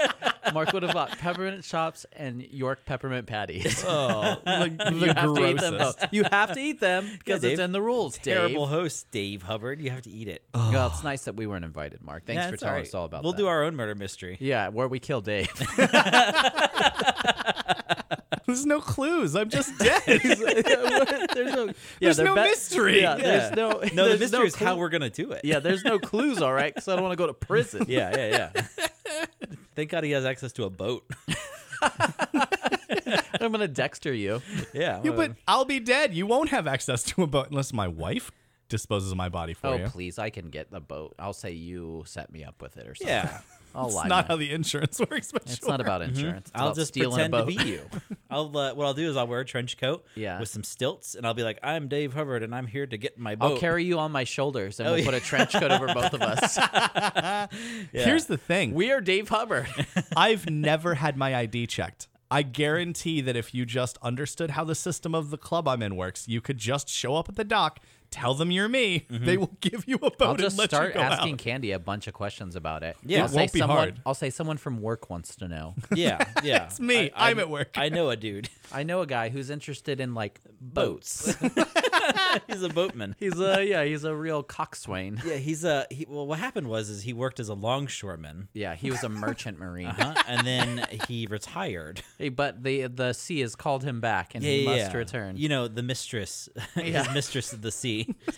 Mark would have bought peppermint shops and York peppermint patties.
oh, like the
you have to eat them.
grossest.
though. You have to eat them because
Yeah,
it's
Dave.
in the rules. Dave.
Terrible host, Dave Hubbard. You have to eat it.
Well, it's nice that we weren't invited, Mark. Thanks
Yeah,
for
it's
telling
alright.
us all about
We'll
that.
do our own murder mystery.
yeah, where we kill Dave.
There's no clues. I'm just dead.
there's no, yeah,
There's
they're
no mystery.
Yeah,
Yeah.
there's no.
No, the
there's
mystery
no
is how
clue-
we're gonna do it.
Yeah, there's no clues. All right, because I don't want to go to prison.
yeah, yeah, yeah. Thank God he has access to a boat.
I'm gonna Dexter you.
yeah,
Yeah, but I'll be dead. You won't have access to a boat unless my wife disposes of my body for
Oh,
you.
please, I can get the boat. I'll say you set me up with it or something.
yeah.
I'll
It's
lie.
not
man.
how the insurance works, but
it's
sure.
not about insurance. It's
I'll
about
just
stealing a
pretend to
boat.
be you. I'll uh, what I'll do is I'll wear a trench coat
Yeah.
with some stilts, and I'll be like, "I'm Dave Hubbard, and I'm here to get my boat."
I'll carry you on my shoulders and
Oh,
we'll
yeah.
put a trench coat over both of us.
Yeah.
Here's the thing.
We are Dave Hubbard.
I've never had my ID checked. I guarantee that if you just understood how the system of the club I'm in works, you could just show up at the dock, tell them you're me.
Mm-hmm.
They will give you a boat
I'll just
and let
start
you go
asking
out.
Candy a bunch of questions about it.
Yeah.
I'll
It
say
won't be
someone,
hard.
I'll say someone from work wants to know.
yeah, yeah.
It's me. I, am at work.
I know a dude.
I know a guy who's interested in like boats.
He's a boatman.
he's a yeah, he's a real coxswain.
Yeah, he's a he, well. What happened was is he worked as a longshoreman,
Yeah, he was a merchant marine.
huh? and then he retired.
Hey, But the the sea has called him back and he must return.
You know the mistress, his
Yeah.
mistress of the sea.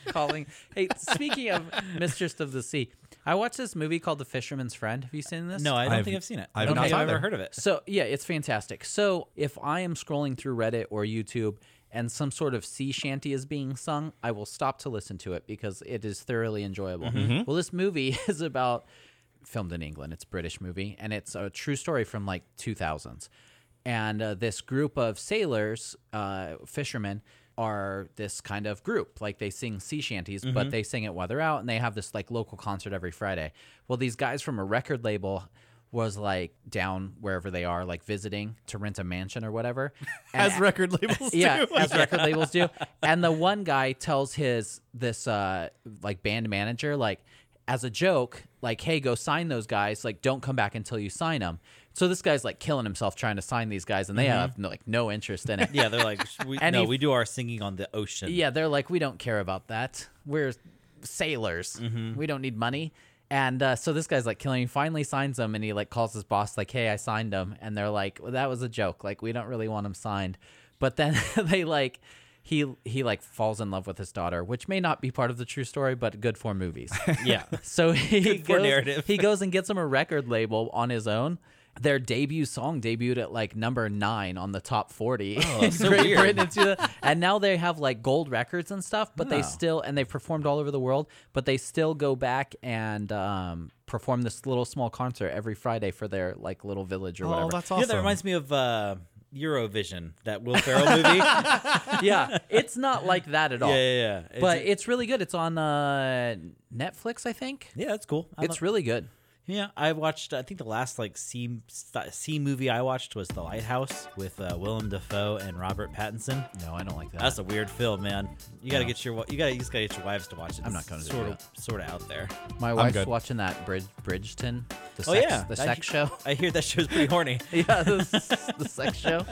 calling. Hey, speaking of Mistress of the Sea, I watched this movie called The Fisherman's Friend. Have you seen this?
No, I don't
I've-
think I've seen it.
I've
I don't
not
think I've
either.
ever heard of it.
So, yeah, it's fantastic. So, if I am scrolling through Reddit or YouTube and some sort of sea shanty is being sung, I will stop to listen to it because it is thoroughly enjoyable. Well, this movie is about filmed in England. It's a British movie and it's a true story from like 2000s. and uh, this group of sailors, uh, fishermen, are this kind of group. Like they sing sea shanties,
Mm-hmm.
but they sing it while they're out, and they have this like local concert every Friday. Well, these guys from a record label was like down wherever they are, like visiting to rent a mansion or whatever. And
as record labels
yeah,
do.
as record labels do. And the one guy tells his this uh like band manager like as a joke, like, hey, go sign those guys. Like, don't come back until you sign them. So this guy's like killing himself trying to sign these guys, and they have no, like no interest in it.
Yeah, they're like, we,
And
no,
he-
we do our singing on the ocean.
Yeah, they're like, we don't care about that. We're sailors. We don't need money. And uh, so this guy's like killing. He finally signs them, and he like calls his boss, like, "Hey, I signed them." And they're like, well, "That was a joke. Like, we don't really want him signed." But then they like, he he like falls in love with his daughter, which may not be part of the true story, but good for movies.
yeah.
So he
for
goes,
narrative.
he goes and gets him a record label on his own. Their debut song debuted at like number nine on the top forty. in
Oh, so
Great
weird.
Britain. It's the- and now they have like gold records and stuff, but
Oh.
they still and they've performed all over the world, but they still go back and um, perform this little small concert every Friday for their like little village or
Oh,
whatever.
that's
Yeah,
awesome.
that reminds me of uh, Eurovision, that Will Ferrell movie. yeah,
yeah, it's not like that at all.
yeah, yeah. It's-
But it's really good. It's on uh, Netflix, I think.
yeah, that's cool. I
It's really good.
Yeah, I watched. I think the last like C C movie I watched was The Lighthouse with uh, Willem Dafoe and Robert Pattinson.
No, I don't like that.
That's a weird film, man. You gotta get your wi- you gotta you just gotta get your wives to watch it.
I'm not
It's
gonna do
sort
that.
of sort of out there.
My wife's
good.
watching that Brid- Bridgeton, the sex,
oh yeah,
the
I
sex
hear-
show.
I hear that show's pretty horny.
yeah, the, s- the sex show.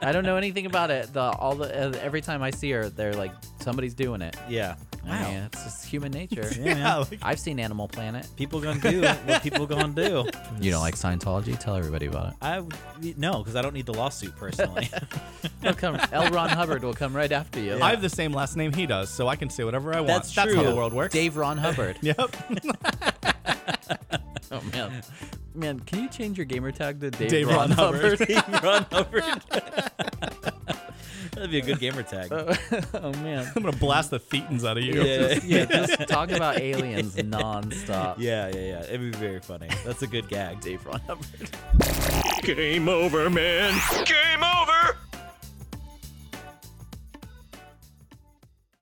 I don't know anything about it. The all the uh, every time I see her, they're like somebody's doing it.
Yeah.
I mean, it's just human nature.
Yeah, man.
Yeah, like,
I've seen Animal Planet.
People gonna do what people gonna do.
You don't like Scientology? Tell everybody about it.
I w- no, because I don't need the lawsuit personally.
He'll come. L. Ron Hubbard will come right after you.
I have the same last name he does, so I can say whatever I want.
That's
That's how
true.
the world works.
Dave Ron Hubbard.
Yep.
Oh man, man, can you change your gamer tag to Dave,
Dave
Ron,
Ron
Hubbard?
Run over. That'd be a good gamer tag.
oh man.
I'm gonna blast the thetans out of you.
Yeah.
Yeah, just talk about aliens nonstop.
Yeah, yeah, yeah. It'd be very funny. That's a good gag.
Dave Ron Hubbard.
Game over, man. Game over.